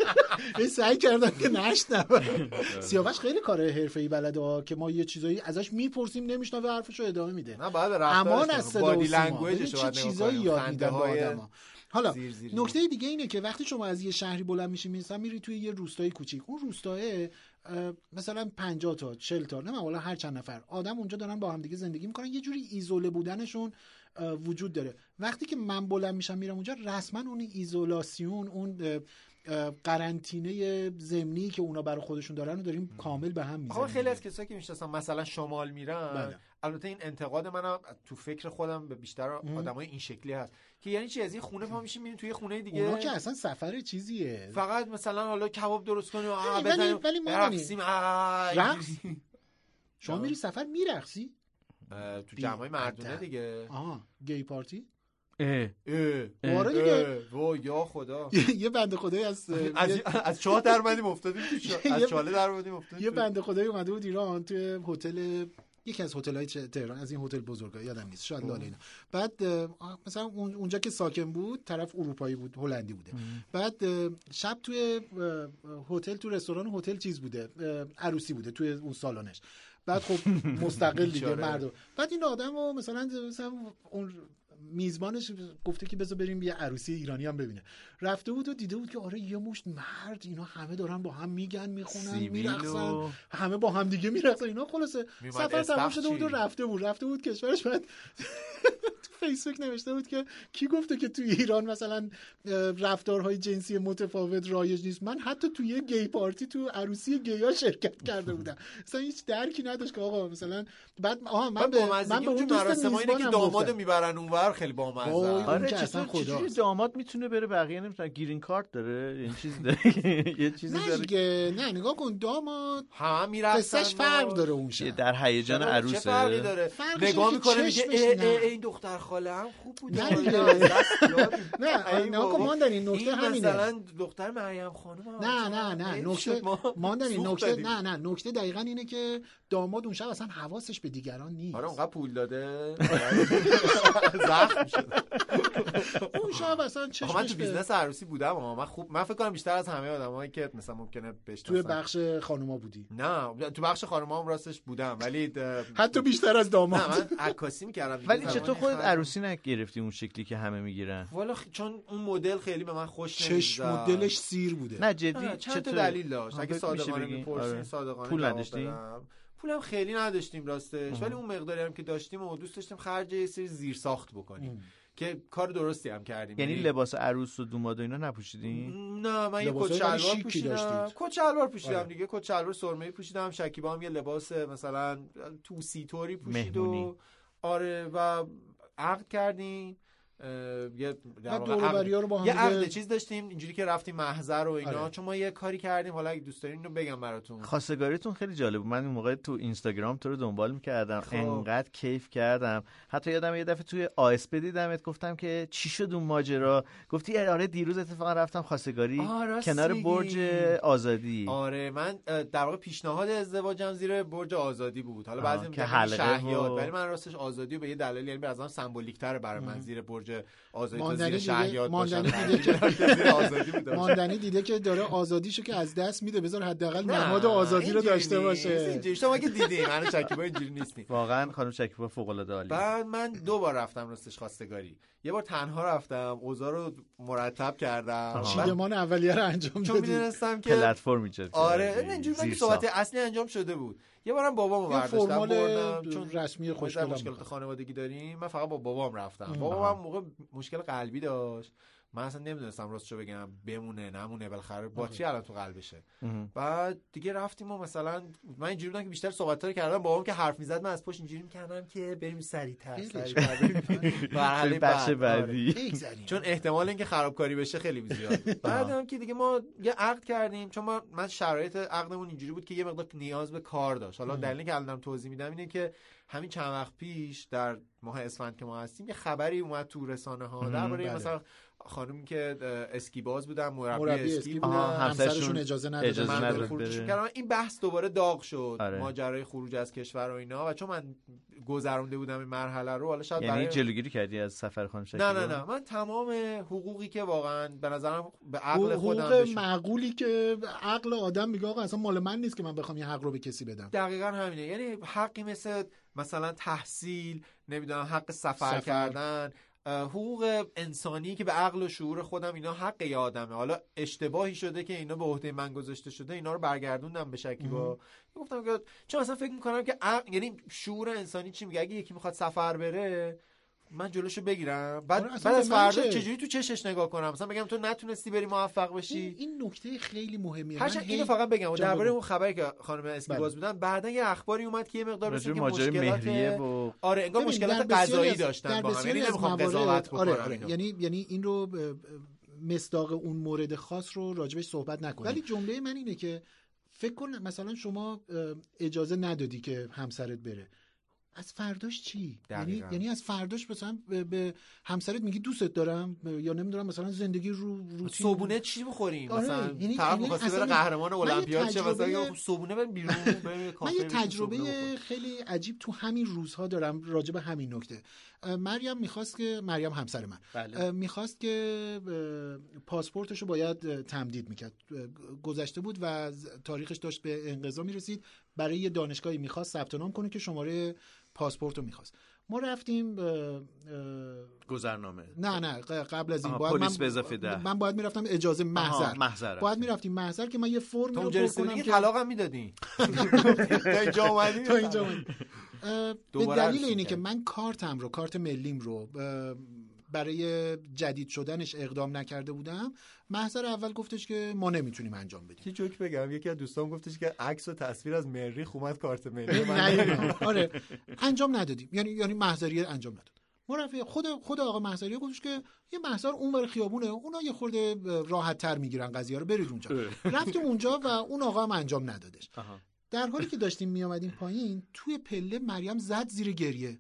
C: این سعی کردم که نشنوم
A: *laughs*
C: سیاوش خیلی کار حرفه‌ای بلده ها که ما یه چیزایی ازش میپرسیم نمیشنوه حرفشو ادامه میده
A: نه باید به رفتارش
C: امان
A: نگاه
C: از صدا
A: بادی
C: و سیما.
A: لنگویجش رو باید
C: ببین چه
A: نگاه
C: چیزایی
A: کنیم.
C: یاد میدن به
A: خنده‌های
C: آدما حالا
A: زیر زیری.
C: نکته دیگه اینه که وقتی شما از یه شهری بلند میشی مثلا میری توی یه روستای کوچیک اون روستاه اه، مثلا 50 تا 40 تا نه حالا هر چند نفر آدم اونجا دارن با هم دیگه زندگی میکنن یه جوری ایزوله بودنشون اه، وجود داره وقتی که من بلند میشم میرم اونجا رسما اون ایزولاسیون اون اه، اه، قرنطینه زمینی که اونا برای خودشون دارن رو داریم کامل به هم
A: آقا
C: میزنیم
A: خب خیلی از کسایی که میشناسم مثلا شمال میرن
C: بله.
A: البته این انتقاد منم تو فکر خودم به بیشتر آدمای این شکلی هست که یعنی چی از این خونه پا میشیم میریم توی خونه دیگه
C: اونا که اصلا سفر چیزیه
A: فقط مثلا حالا کباب درست کنیم آه
C: یعنی، ولی-
A: بزنیم
C: ولی ما
A: برقصیم، آه،
C: رقص؟
A: اینجوری.
C: شما میری سفر میرخصی
A: اه، تو جمعای مردونه دیگه
C: آها گی پارتی *laughs*
A: اه
C: آره
A: اه،
C: دیگه
A: وا یا خدا
C: یه- یه بنده خدایی از
A: از
C: یه-
A: از چاه در اومدیم افتادیم تو چاه. از
C: یه-
A: چاله در اومدیم افتادیم
C: یه
A: تو-
C: بنده خدایی اومده بود ایران توی هتل یکی از هتل های تهران از این هتل بزرگا یادم نیست شاید لاله اینا بعد اه، مثلا اون- اونجا که ساکن بود طرف اروپایی بود هلندی بوده بعد اه، شب توی اه، هتل تو رستوران هتل چیز بوده اه، عروسی بوده توی اون سالنش بعد خب
A: *laughs*
C: مستقل دیگه
A: بیچاره.
C: مردم بعد این آدم رو مثلا مثلا اون میزبانش گفته که بذار بریم یه عروسی ایرانی هم ببینه رفته بود و دیده بود که آره یه مشت مرد اینا همه دارن با هم میگن میخونن
A: سیبیل و-
C: میرقصن همه با هم دیگه میرقصن اینا خلاصه
A: میومد
C: سفر تموم
A: استخر
C: شده بود و
A: چی؟
C: رفته بود رفته بود کشورش بعد *laughs* تو فیسبوک نوشته بود که کی گفته که توی ایران مثلا اه، رفتارهای جنسی متفاوت رایج نیست من حتی توی یه گی پارتی تو عروسی گیا شرکت کرده
A: *laughs*
C: بودم مثلا هیچ درکی نداشت که آقا مثلا بعد آها من
A: من
C: به
A: با
C: من به اون دوست
A: مراسم اینه که
C: میزبانم
A: دامادو
C: گفتم
A: میبرن اونور خیلی
C: وای،
A: بامزه
C: اون
B: آره
C: که اصلا
B: چطور چجوری
C: خداست.
B: داماد میتونه بره بقیه نمیتونه گرین کارت داره یه چیزی داره *laughs* یه چیزی
C: نه
B: داره
C: دیگه نه نگاه کن داماد
A: همه میرفتن
C: قصهش فرق داره اون شهر.
B: که در هیجان
A: چرا؟ چه
B: عروسه
A: فرقی داره
C: فرقش
A: نگاه
C: اینه که
A: میکنه میگه اه اه،
C: چشمش نه.
A: اه، این دختر خاله هم خوب بود
C: نه دیگه. *laughs* نه
A: ای
C: نگاه
A: بابا.
C: کن ماندنی
A: این
C: نکته همینه
A: مثلا دختر مریم خانم هم
C: نه نه
A: عجب.
C: نه
A: ای
C: نکته
A: شما
C: ماندنی
A: سوخت
C: نکته
A: دادیم.
C: نه نه نکته دقیقا اینه که داماد اون شب اصلا حواسش به دیگران نیست
A: آره اونقدر پول داده *laughs* زخم شده
C: اون شب اصلا چشمش
A: آقا من تو
C: به-
A: بیزنس عروسی بودم اما من خوب من فکر کنم بیشتر از همه آدمایی که مثلا ممکنه بشناسن
C: توی بخش خانوما بودی
A: نه تو بخش خانمام راستش بودم ولی ده-
C: حتی بیشتر از
A: نه
C: داماد
A: من عکاسی میکردم دیگه
B: ولی
A: زمانی
B: چطور خودت
A: خرم.
B: عروسی نگرفتی اون شکلی که همه میگیرن
A: والا خ- چون اون مدل خیلی به من خوش
C: چشم و
A: نمی‌زد.
C: دلش سیر بوده
B: نه جدی
A: آره، چند تا
B: چطور
A: دلیل داشت
B: آه،
A: اگه
B: میشه
A: صادقانه
B: بگی؟
A: میپرسین
B: آره.
A: صادقانه
B: پول
A: جواب
B: نداشتی
A: بدم. پولم خیلی نداشتیم راستش ولی اون مقداری هم که داشتیم و دوست داشتیم خرج یه سری زیر ساخت بکنیم که کار درستی هم کردیم
B: یعنی لباس عروس و دوماد و اینا نپوشیدین
A: نه من یه
C: لباسای
A: کت
C: ولی
A: شلوار
C: شیکی
A: پوشیدم
C: داشتید.
A: کت شلوار پوشیدم
C: آره.
A: دیگه کت شلوار سرمه‌ای پوشیدم شکیبا هم یه لباس مثلا توسی توری پوشید
B: مهمونی.
A: و آره و عقد کردیم اه، یه در
C: بعد
A: واقع
C: دور و
A: عقد-
C: بری‌ها رو با هم
A: یه
C: دیگه-
A: عقد چیز داشتیم اینجوری که رفتیم محضر و اینا
C: آره.
A: چون ما یه کاری کردیم حالا اگه دوست دارین اینو بگم براتون
B: خواستگاریتون خیلی جالب بود. من اون موقع تو اینستاگرام تو رو دنبال میکردم
A: خب.
B: انقدر کیف کردم حتی یادم یه دفعه توی آسپ دیدمت گفتم که چی شد اون ماجرا گفتی آره دیروز اتفاقا رفتم خواستگاری
A: آه، راست
B: کنار
A: میگی.
B: برج آزادی
A: آره من اه، در واقع پیشنهاد ازدواجم زیر برج آزادی بود حالا
B: آه،
A: بعضی
B: که
A: میگن
B: حلقه
A: شهیاد
B: و-
A: ولی من راستش آزادی رو به یه دلیل یعنی به نظرم سمبولیک تره برای من زیر برج آزادی تو
C: ماندنی
A: زیر
C: دیگه-
A: شهیاد باشم
C: ماندنی دیگه که-
A: ترجیح میدم *laughs* که زیر آزادی بودم.
C: ماندنی دیده که داره آزادیشو که از دست میده بذار حداقل
A: نه،
C: نماد آزادی رو
A: اینجوری
C: داشته
A: نیست.
C: باشه
A: اینجوری شما که دیدیم من و شکیبا اینجوری نیستیم
B: واقعا خانم شکیبا فوق العاده عالی
A: بعد من دو بار رفتم راستش خواستگاری یه بار تنها رفتم اوضاع رو مرتب کردم
B: آها.
A: بعد-
C: چیدمان اولیه رو
A: چون
C: انجام دادی
A: میدونستم که
B: پلتفرم ایجاد
A: آره
B: کردی.
A: نه، اینجوری من
B: زیر
A: که صحبت
B: ساخت.
A: اصلی انجام شده بود یه بارم بابامو
C: یه
A: برداشتم
C: فرمال
A: بردم چون
C: رسمی
A: ما یه
C: خوشگلم
A: مشکلات خانوادگی داریم من فقط با بابام رفتم
C: ام.
A: بابام هم موقع مشکل قلبی داشت من اصلا نمیدونستم راستشو بگم بمونه نمونه بالاخره باتری
B: آره.
A: الان تو قلبشه
B: اه.
A: بعد دیگه رفتیم و مثلا من اینجوری بودم که بیشتر صحبت رو کردم با اون که حرف میزد من از پشت اینجوری میکردم که بریم سریعتر سریعتر بریم مرحله
B: بریم بخش
A: بعد.
B: بعدی.
A: بله، آره. چون احتمال اینکه خرابکاری بشه خیلی
C: *laughs*
A: زیاد بعد هم که دیگه ما یه عقد کردیم چون ما من شرایط عقدمون اینجوری بود که یه مقدار نیاز به کار داشت حالا
B: مم.
A: دلیلی که الانم توضیح میدم اینه که همین چند وقت پیش در ماه اسفند که ما هستیم یه خبری اومد تو رسانه ها
B: مم،
A: درباره
B: بله.
A: مثلا خانومی که اه، اسکی باز بودن
C: مربی
A: مربی
C: اسکی
A: اسکی
C: بودن،
A: بودن
C: آها، همسرشون همسرشون اجازه نداده. اجازه
A: من
C: نداده
A: داره خروجشون
C: بره.
A: کردم. این بحث دوباره داغ شد
B: آره.
A: ماجرای خروج از کشور و اینا و چون من گذرونده بودم این مرحله رو حالا شاید
B: یعنی
A: برای-
B: جلوگیری کردی از سفر خانم شکیبا
A: نه نه نه من تمام حقوقی که واقعا به نظرم به عقل خودم
C: حقوق
A: بشه.
C: معقولی که عقل آدم میگه آقا اصلا مال من نیست که من بخوام یه حق رو به کسی بدم
A: دقیقا همینه یعنی حقی مثل مثلا تحصیل نمیدونم حق سفر,
C: سفر.
A: کردن اه، حقوق انسانی که به عقل و شعور خودم اینا حق یه آدمه حالا اشتباهی شده که اینا به عهده من گذاشته شده اینا رو برگردوندم به شکی با
B: مهم.
A: گفتم که چون اصلا فکر میکنم که عقل- یعنی شعور انسانی چی میگه اگه یکی میخواد سفر بره من جلوشو بگیرم بعد,
C: آره، اصلا
A: بعد
C: به
A: از
C: من
A: فردا
C: چه؟
A: چجوری تو چشش نگاه کنم مثلا بگم تو نتونستی بری موفق بشی
C: این, این نکته خیلی مهمیه
A: هرچند
C: من هی-
A: اینو فقط بگم
C: جان
A: درباره
C: بگو.
A: اون خبری که خانم اسکی
C: بله.
A: باز بودن بعدا یه اخباری اومد که یه مقدار
B: راجع
A: مثل
B: به
A: که
B: ماجرای
A: مشکلات
B: مهریه و-
A: آره انگار
C: ببین،
A: مشکلات
C: در بسیاری
A: قضایی
C: از-
A: داشتن
C: در
A: با هم
C: بسیاری
A: یعنی
C: از
A: نمیخوام
C: موارد-
A: قضاوت بکنم
C: آره، آره.
A: اینو.
C: یعنی یعنی این رو اه، اه، مصداق اون مورد خاص رو راجبش صحبت نکنیم ولی جمله من اینه که فکر کن مثلا شما اه، اجازه ندادی که همسرت بره از فرداش چی یعنی
A: دقیقاً.
C: یعنی از فرداش مثلا به, به همسرت میگی دوستت دارم اه، یا نمیدونم مثلا زندگی رو روتین
A: صبونه چی بخوریم
C: آره،
A: مثلا
C: یعنی-
A: طرف
C: یعنی
A: می‌خواسته
C: اصلا
A: بره قهرمان
C: من یه
A: المپیاد شه مثلا
C: تجربه-
A: یه خب صبونه بریم بیرون بریم یه
C: *laughs* من
A: کافه
C: یه
A: بشیم،
C: تجربه
A: صبونه بخوریم.
C: خیلی عجیب تو همین روزها دارم راجع به همین نکته اه، مریم میخواست که مریم همسر من
B: بله.
C: اه، میخواست که اه، پاسپورتش رو باید اه، تمدید میکرد اه، گذشته بود و از تاریخش داشت به انقضا میرسید برای یه دانشگاهی میخواست ثبت نام کنه که شماره پاسپورت رو میخواست ما رفتیم اه، اه،
B: گذرنامه
C: نه نه ق- قبل از این
B: آها،
C: باید
B: پلیس
C: من,
B: به اضافه ده.
C: من باید میرفتم اجازه محضر
B: محضر
C: باید میرفتیم محضر که من یه فرم
A: تو
C: رو
A: اونجا
C: پر
A: رسیدی
C: کنم
A: که
C: که
A: طلاقم
C: *laughs*
A: میدادی تا اینجا اومدی
C: تا اینجا اومدی. آره. اه، به
A: دوباره
C: دلیل
A: عرض
C: اینه
A: می‌کرد.
C: که من کارتم رو کارت ملیم رو اه، برای جدید شدنش اقدام نکرده بودم محضر اول گفتش که ما نمیتونیم انجام بدیم
A: یه جوک بگم یکی از دوستان گفتش که عکس و تصویر از مریخ اومد کارت ملی
C: نه، آره انجام ندادیم یعنی یعنی محضریه انجام نداد ما رفت- خود خود آقا محضریه گفتش که یه محضر اونور خیابونه اونا یه خورده راحت تر میگیرن قضیه رو برید اونجا رفتیم اونجا و اون آقا هم انجام ندادش در حالی که داشتیم میامدیم پایین توی پله مریم زد زیر گریه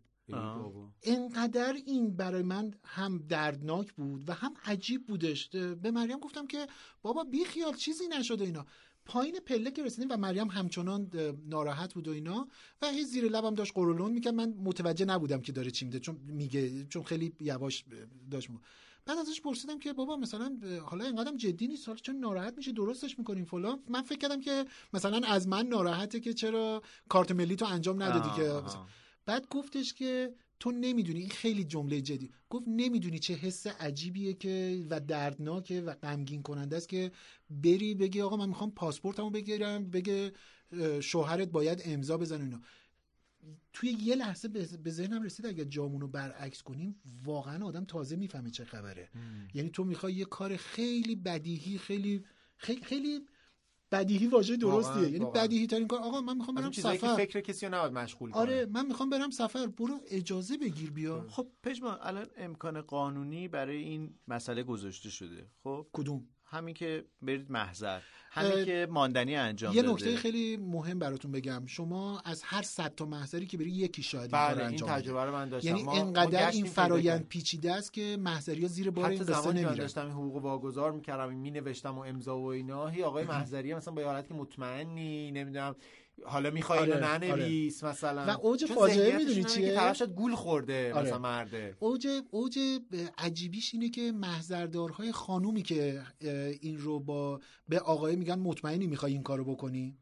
C: انقدر این برای من هم دردناک بود و هم عجیب بودش به مریم گفتم که بابا بی خیال چیزی نشده اینا پایین پله که رسیدیم و مریم همچنان ناراحت بود و اینا و هی زیر لبم داشت قرولون میکرد من متوجه نبودم که داره چی میده چون میگه چون خیلی یواش داشت میگه بعد ازش پرسیدم که بابا مثلا حالا اینقدرم جدی نیست حالا چون ناراحت میشه درستش میکنیم فلان من فکر کردم که مثلا از من ناراحته که چرا کارت ملی تو انجام ندادی
B: آه،
C: که
B: آه.
C: مثلا بعد گفتش که تو نمیدونی این خیلی جمله جدی گفت نمیدونی چه حس عجیبیه که و دردناکه و غمگین کننده است که بری بگی آقا من میخوام پاسپورتمو بگیرم بگه اه، شوهرت باید امضا بزنه اینا توی یه لحظه به به ذهنم رسید اگر جامونو برعکس کنیم واقعا آدم تازه میفهمه چه خبره یعنی تو میخوای یه کار خیلی بدیهی خیلی خیلی خیلی بدیهی واژه درستیه
A: واقعاً،
C: یعنی
A: واقعاً.
C: بدیهی ترین کار آقا من میخوام
A: از اون
C: برم
A: چیزایی که
C: سفر
A: فکر کسی رو نباید مشغول کنه.
C: آره من میخوام برم سفر برو اجازه بگیر بیا
B: خب پژمان الان امکان قانونی برای این مسئله گذاشته شده خب
C: کدوم
B: همین که برید محضر همین
C: اه،
B: که ماندنی انجام
C: یه
B: داده.
C: نکته خیلی مهم براتون بگم شما از هر صد تا محضری که بری یکی شاید این کار
A: بله
C: رو
A: این
C: انجام بده.
A: تجربه رو من داشتم
C: یعنی
A: ما- ما
C: انقدر
A: گشتیم پیدا
C: این فرایند
A: کردیم.
C: پیچیده است که محضری ها زیر بار این
A: حتی
C: قصه
A: زمانی که من
C: نمیرن
A: داشتم این حقوق واگذار میکردم می نوشتم و امضا و اینا هی آقای محضری مثلا با یه حالت که مطمئنی نمیدونم حالا میخوای اینو
C: آره،
A: ننویس مثلا
C: و اوج
A: چون
C: فاجعه
A: ذهنیتشون
C: میدونی
A: اینه که
C: چیه؟
A: طرف شاید گول خورده
C: آره.
A: مثلا مرده
C: اوج اوج عجیبیش اینه که محضردارهای خانومی که اه، این رو با به آقای میگن مطمئنی میخوای این کارو بکنی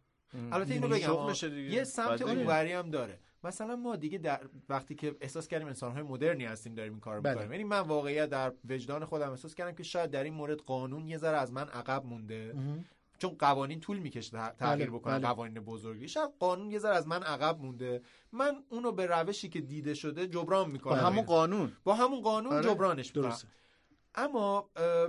A: البته اینو
C: می‌دونی؟
A: بگم آه، یه سمت اونوری هم داره مثلا ما دیگه در وقتی که احساس کردیم انسانهای مدرنی هستیم داریم این کار
C: بله.
A: میکنیم یعنی من واقعیت در وجدان خودم احساس کردم که شاید در این مورد قانون یه ذره از من عقب مونده
C: مهم.
A: چون قوانین طول میکشه تغییر
C: بله،
A: بکنن
C: بله.
A: قوانین بزرگی شاید قانون یه ذره از من عقب مونده من اونو به روشی که دیده شده جبران میکنم
B: با همون قانون
A: با همون قانون
B: آره،
A: جبرانش میکنم
B: درسته.
A: اما اه،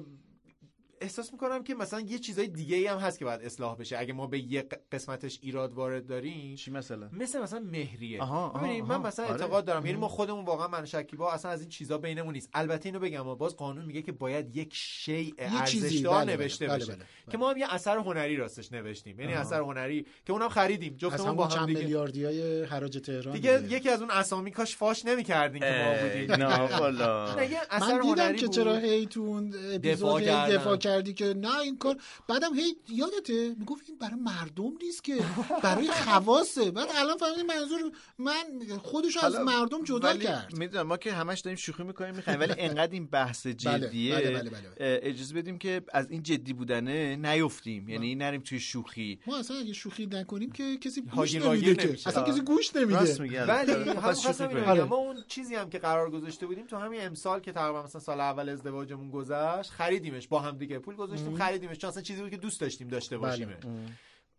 A: احساس میکنم که مثلا یه چیزای دیگه ای هم هست که باید اصلاح بشه اگه ما به یه ق- قسمتش ایراد وارد داریم
B: چی مثلا
A: مثل مثلا مهریه
B: آها، آها،
A: ببینید، من
B: آها.
A: مثلا
B: آره.
A: اعتقاد دارم یعنی
B: مم.
A: ما خودمون واقعا من و شکیبا اصلا از این چیزا بینمون نیست البته اینو بگم اما باز قانون میگه که باید یک شیء
C: یه چیزی،
A: ارزشدار
C: بله، بله،
A: نوشته
C: بله،
A: بشه
C: بله، بله.
A: که ما هم یه اثر هنری راستش نوشتیم یعنی
C: آها.
A: اثر هنری که اونم خریدیم
C: از
A: جفتمون با
C: همون
A: هم
C: چند
A: دیگه
C: میلیاردی های حراج تهران
A: دیگه یکی از اون اسامی کاش فاش نمی‌کردین که ما
B: اه،
A: بودیم
B: نه، والا.
A: نه، یه اثر
C: من دیدم
A: هنری
C: که
A: بود.
C: چرا هی تو اون
A: دفاع
C: اپیزود هی
A: کردن.
C: دفاع کردی که نه این کار بعدم هی یادته میگفت این برای مردم نیست که
A: *laughs*
C: برای خواصه بعد الان فهمیدی منظور من خودش از
B: حالا
C: مردم جدا
B: ولی
C: کرد
B: میدونم ما که همش داریم شوخی میکنیم میخوایم ولی انقدر این بحث جدیه
C: بله، بله، بله، بله.
B: اه، اجازه بدیم که از این جدی بودنه نیفتیم یعنی
C: بله.
B: نریم توی شوخی
C: ما اصلا اگه شوخی نکنیم که کسی گوش
B: هاگیر
C: نمیده
B: واگیر
C: که
B: نمیشه.
C: اصلا
B: آه.
C: کسی گوش نمیده
B: راست میگی، البته.
A: ولی
B: خب،
A: هم
B: پس شوخی
A: خواستم بله، اینو
B: کنیم.
C: آره.
A: بگم. ما اون چیزی هم که قرار گذاشته بودیم تو همین امسال که تقریبا مثلا سال اول ازدواجمون گذشت خریدیمش با هم دیگه پول گذاشتیم
B: مم.
A: خریدیمش چون اصلا چیزی بود که دوست داشتیم داشته
C: بله.
A: باشیم
B: مم.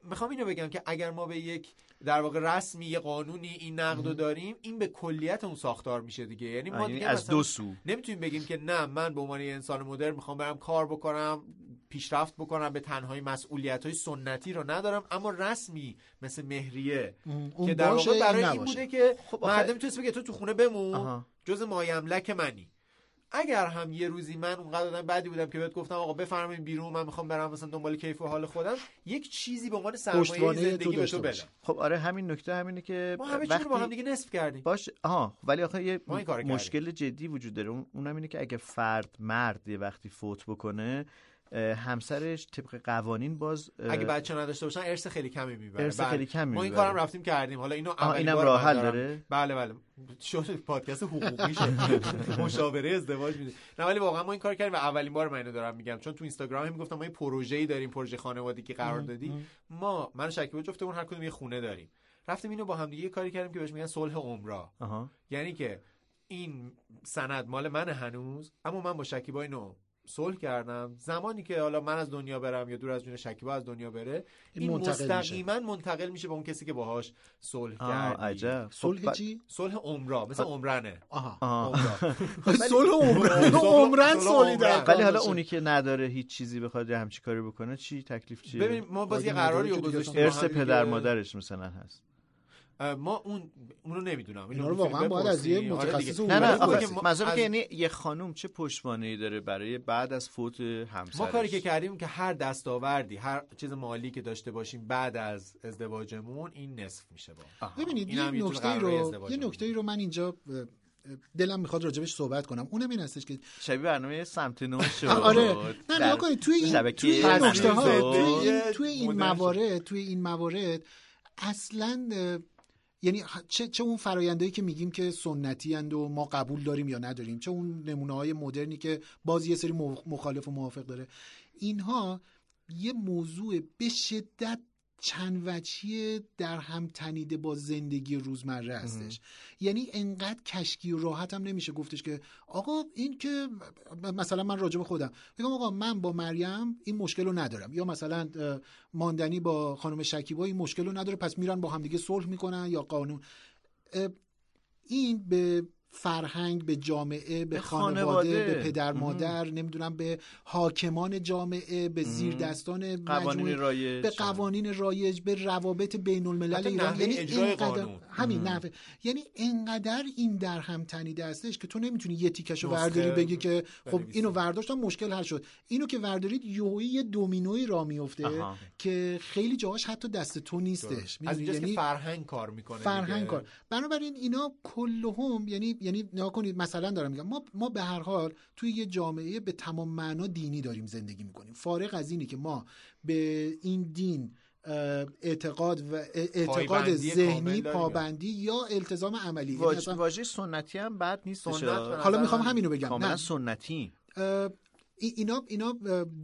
A: میخوام اینو بگم که اگر ما به یک در واقع رسمی یه قانونی این نقد رو داریم این به کلیت اون ساختار میشه دیگه یعنی ما
B: آه، یعنی
A: دیگه
B: از
A: مثلا
B: دو سو.
A: نمیتونیم بگیم که نه من به عنوان یه انسان مدرن میخوام برم کار بکنم پیشرفت بکنم به تنهایی مسئولیت های سنتی رو ندارم اما رسمی مثل مهریه
C: اون
A: که در
C: باشه،
A: واقع
C: این
A: برای این,
C: نباشه.
A: بوده که
B: خب، آخه-
A: مردم میتونست بگه تو تو خونه بمون
B: آها.
A: جز مایملک منی اگر هم یه روزی من اونقدر آدم بدی بودم که بهت گفتم آقا بفرمایید بیرون من میخوام برم مثلا دنبال کیف و حال خودم یک چیزی به عنوان سرمایه
B: پشتوانه تو
A: زندگی به
B: داشته
A: تو بدم
B: باشی. خب آره همین نکته همینه که
A: ما همه چی رو با هم دیگه نصف کردیم
B: باش آها ولی آخه یه
A: ما این کارو کردیم.
B: مشکل جدی وجود داره اون- اونم اینه که اگه فرد مرد یه وقتی فوت بکنه اه، همسرش طبق قوانین باز اه،
A: اگه بچه نداشته باشن ارث خیلی کمی میبره بله.
B: ارث خیلی کمی
A: ما این
B: می‌بره.
A: کارم رفتیم کردیم حالا اینو
B: آها،
A: اولین
B: اینم
A: بار
B: راه
A: من
B: حل
A: دارم.
B: داره؟
A: بله بله شد پادکست حقوقی
B: *laughs*
A: شد مشاوره ازدواج میده نه ولی واقعا ما این کار کردیم و اولین بار من اینو دارم میگم چون تو اینستاگرام هم میگفتم ما یه پروژه‌ای داریم پروژه خانوادگی قرار
C: ام،
A: دادی ما من و شکیبا جفتمون هر کدوم یه خونه داریم رفتیم اینو با هم دیگه یه کاری کردیم که بهش میگن صلح عمرا
B: آها.
A: یعنی که این سند مال من هنوز اما من با شکیبا اینو صلح کردم زمانی که حالا من از دنیا برم یا دور از جون شکیبا از دنیا بره
C: این
A: این
C: منتقل میشه.
A: مستقیما منتقل میشه به اون کسی که باهاش صلح
B: آه،
A: کرد
B: عجب. خب،
C: صلح
B: ب-
C: چی؟
A: صلح عمره مثل عمرنه
C: آها
A: صلح عمران.
C: عمرن صلح در کار
B: ولی حالا
C: باشه.
B: اونی که نداره هیچ چیزی بخواد یه همچی کاری بکنه چی تکلیف چیه
A: ببین ما باز یه قراری رو گذاشتیم با
B: ارث
A: هم دیگه.
B: پدر مادرش مثلا هست
A: اه، ما اون اونو نمیدونم
C: اینا رو واقعا باید از یه
A: آره
C: متخصص
B: نه نه
C: حقوقی
B: آخه
C: بپرسید.
B: منظورم که یعنی یه خانوم چه پشتوانه‌ای داره برای بعد از فوت همسرش
A: ما کاری که کردیم که هر دستاوردی هر چیز مالی که داشته باشیم بعد از ازدواجمون این نصف میشه با
C: ببینید
A: اینم
C: یه
A: یه جور
C: نکته
A: قراره
C: رو یه
A: ازدواجمون.
C: نکته رو من اینجا اه، اه، دلم میخواد راجبش صحبت کنم اونم این هستش که
B: شبیه برنامه سمت نو شد
C: آره نه
B: در
C: نگاه کنید توی این
B: شبکه
C: توی این
B: منو
C: نکته ها
B: شد.
C: توی این, توی این
B: مدرن شد.
C: موارد توی این موارد اصلا اه، یعنی ه- چه, چه اون فرایندهایی که میگیم که سنتی اند و ما قبول داریم یا نداریم چه اون نمونه های مدرنی که باز یه سری مو- مخالف و موافق داره اینها یه موضوع به شدت چند وجهی در هم تنیده با زندگی روزمره هستش یعنی انقدر کشکی و راحت هم نمیشه گفتش که آقا این که م- مثلا من راجع به خودم میگم آقا من با مریم این مشکل رو ندارم یا مثلا اه، ماندنی با خانم شکیبا این مشکل رو نداره پس میرن با همدیگه صلح میکنن یا قانون اه، این به فرهنگ به جامعه به
B: به
C: خانواده,
B: خانواده.
C: به پدر
B: مم.
C: مادر نمیدونم به حاکمان جامعه به زیر دستان
B: قوانین رایج.
C: به قوانین رایج به روابط بین الملل
A: حتی
C: ایران
A: نحوه
C: یعنی
A: اجرای
C: اینقدر
A: قانون.
C: همین
A: مم.
C: نحوه یعنی انقدر این در هم تنیده هستش که تو نمیتونی یه تیکشو
A: نسخه
C: ورداری بگی که خب
A: بنویسی.
C: اینو ورداشتم مشکل حل شد اینو که وردارید یهویی یه دومینوی را میفته
A: آها.
C: که خیلی جاهاش حتی دست تو نیستش
A: درست.
C: می‌دونی؟
A: از اینجاست
C: یعنی
A: که فرهنگ کار میکنه
C: فرهنگ کار بنابراین اینا کلهم یعنی یعنی نگاه کنید مثلا دارم میگم ما ما به هر حال توی یه جامعه به تمام معنا دینی داریم زندگی میکنیم فارغ از اینی که ما به این دین اه، اعتقاد و اعتقاد
B: پایبندی
C: ذهنی
B: کامل داریم.
C: پابندی یا التزام عملی یعنی
B: واژه
C: اصلا-
B: واژه سنتی هم بد نیست
C: سنت به نظر حالا میخوام من همینو بگم. نه.
B: کاملا سنتی
C: اه، ای- اینا اینا اه،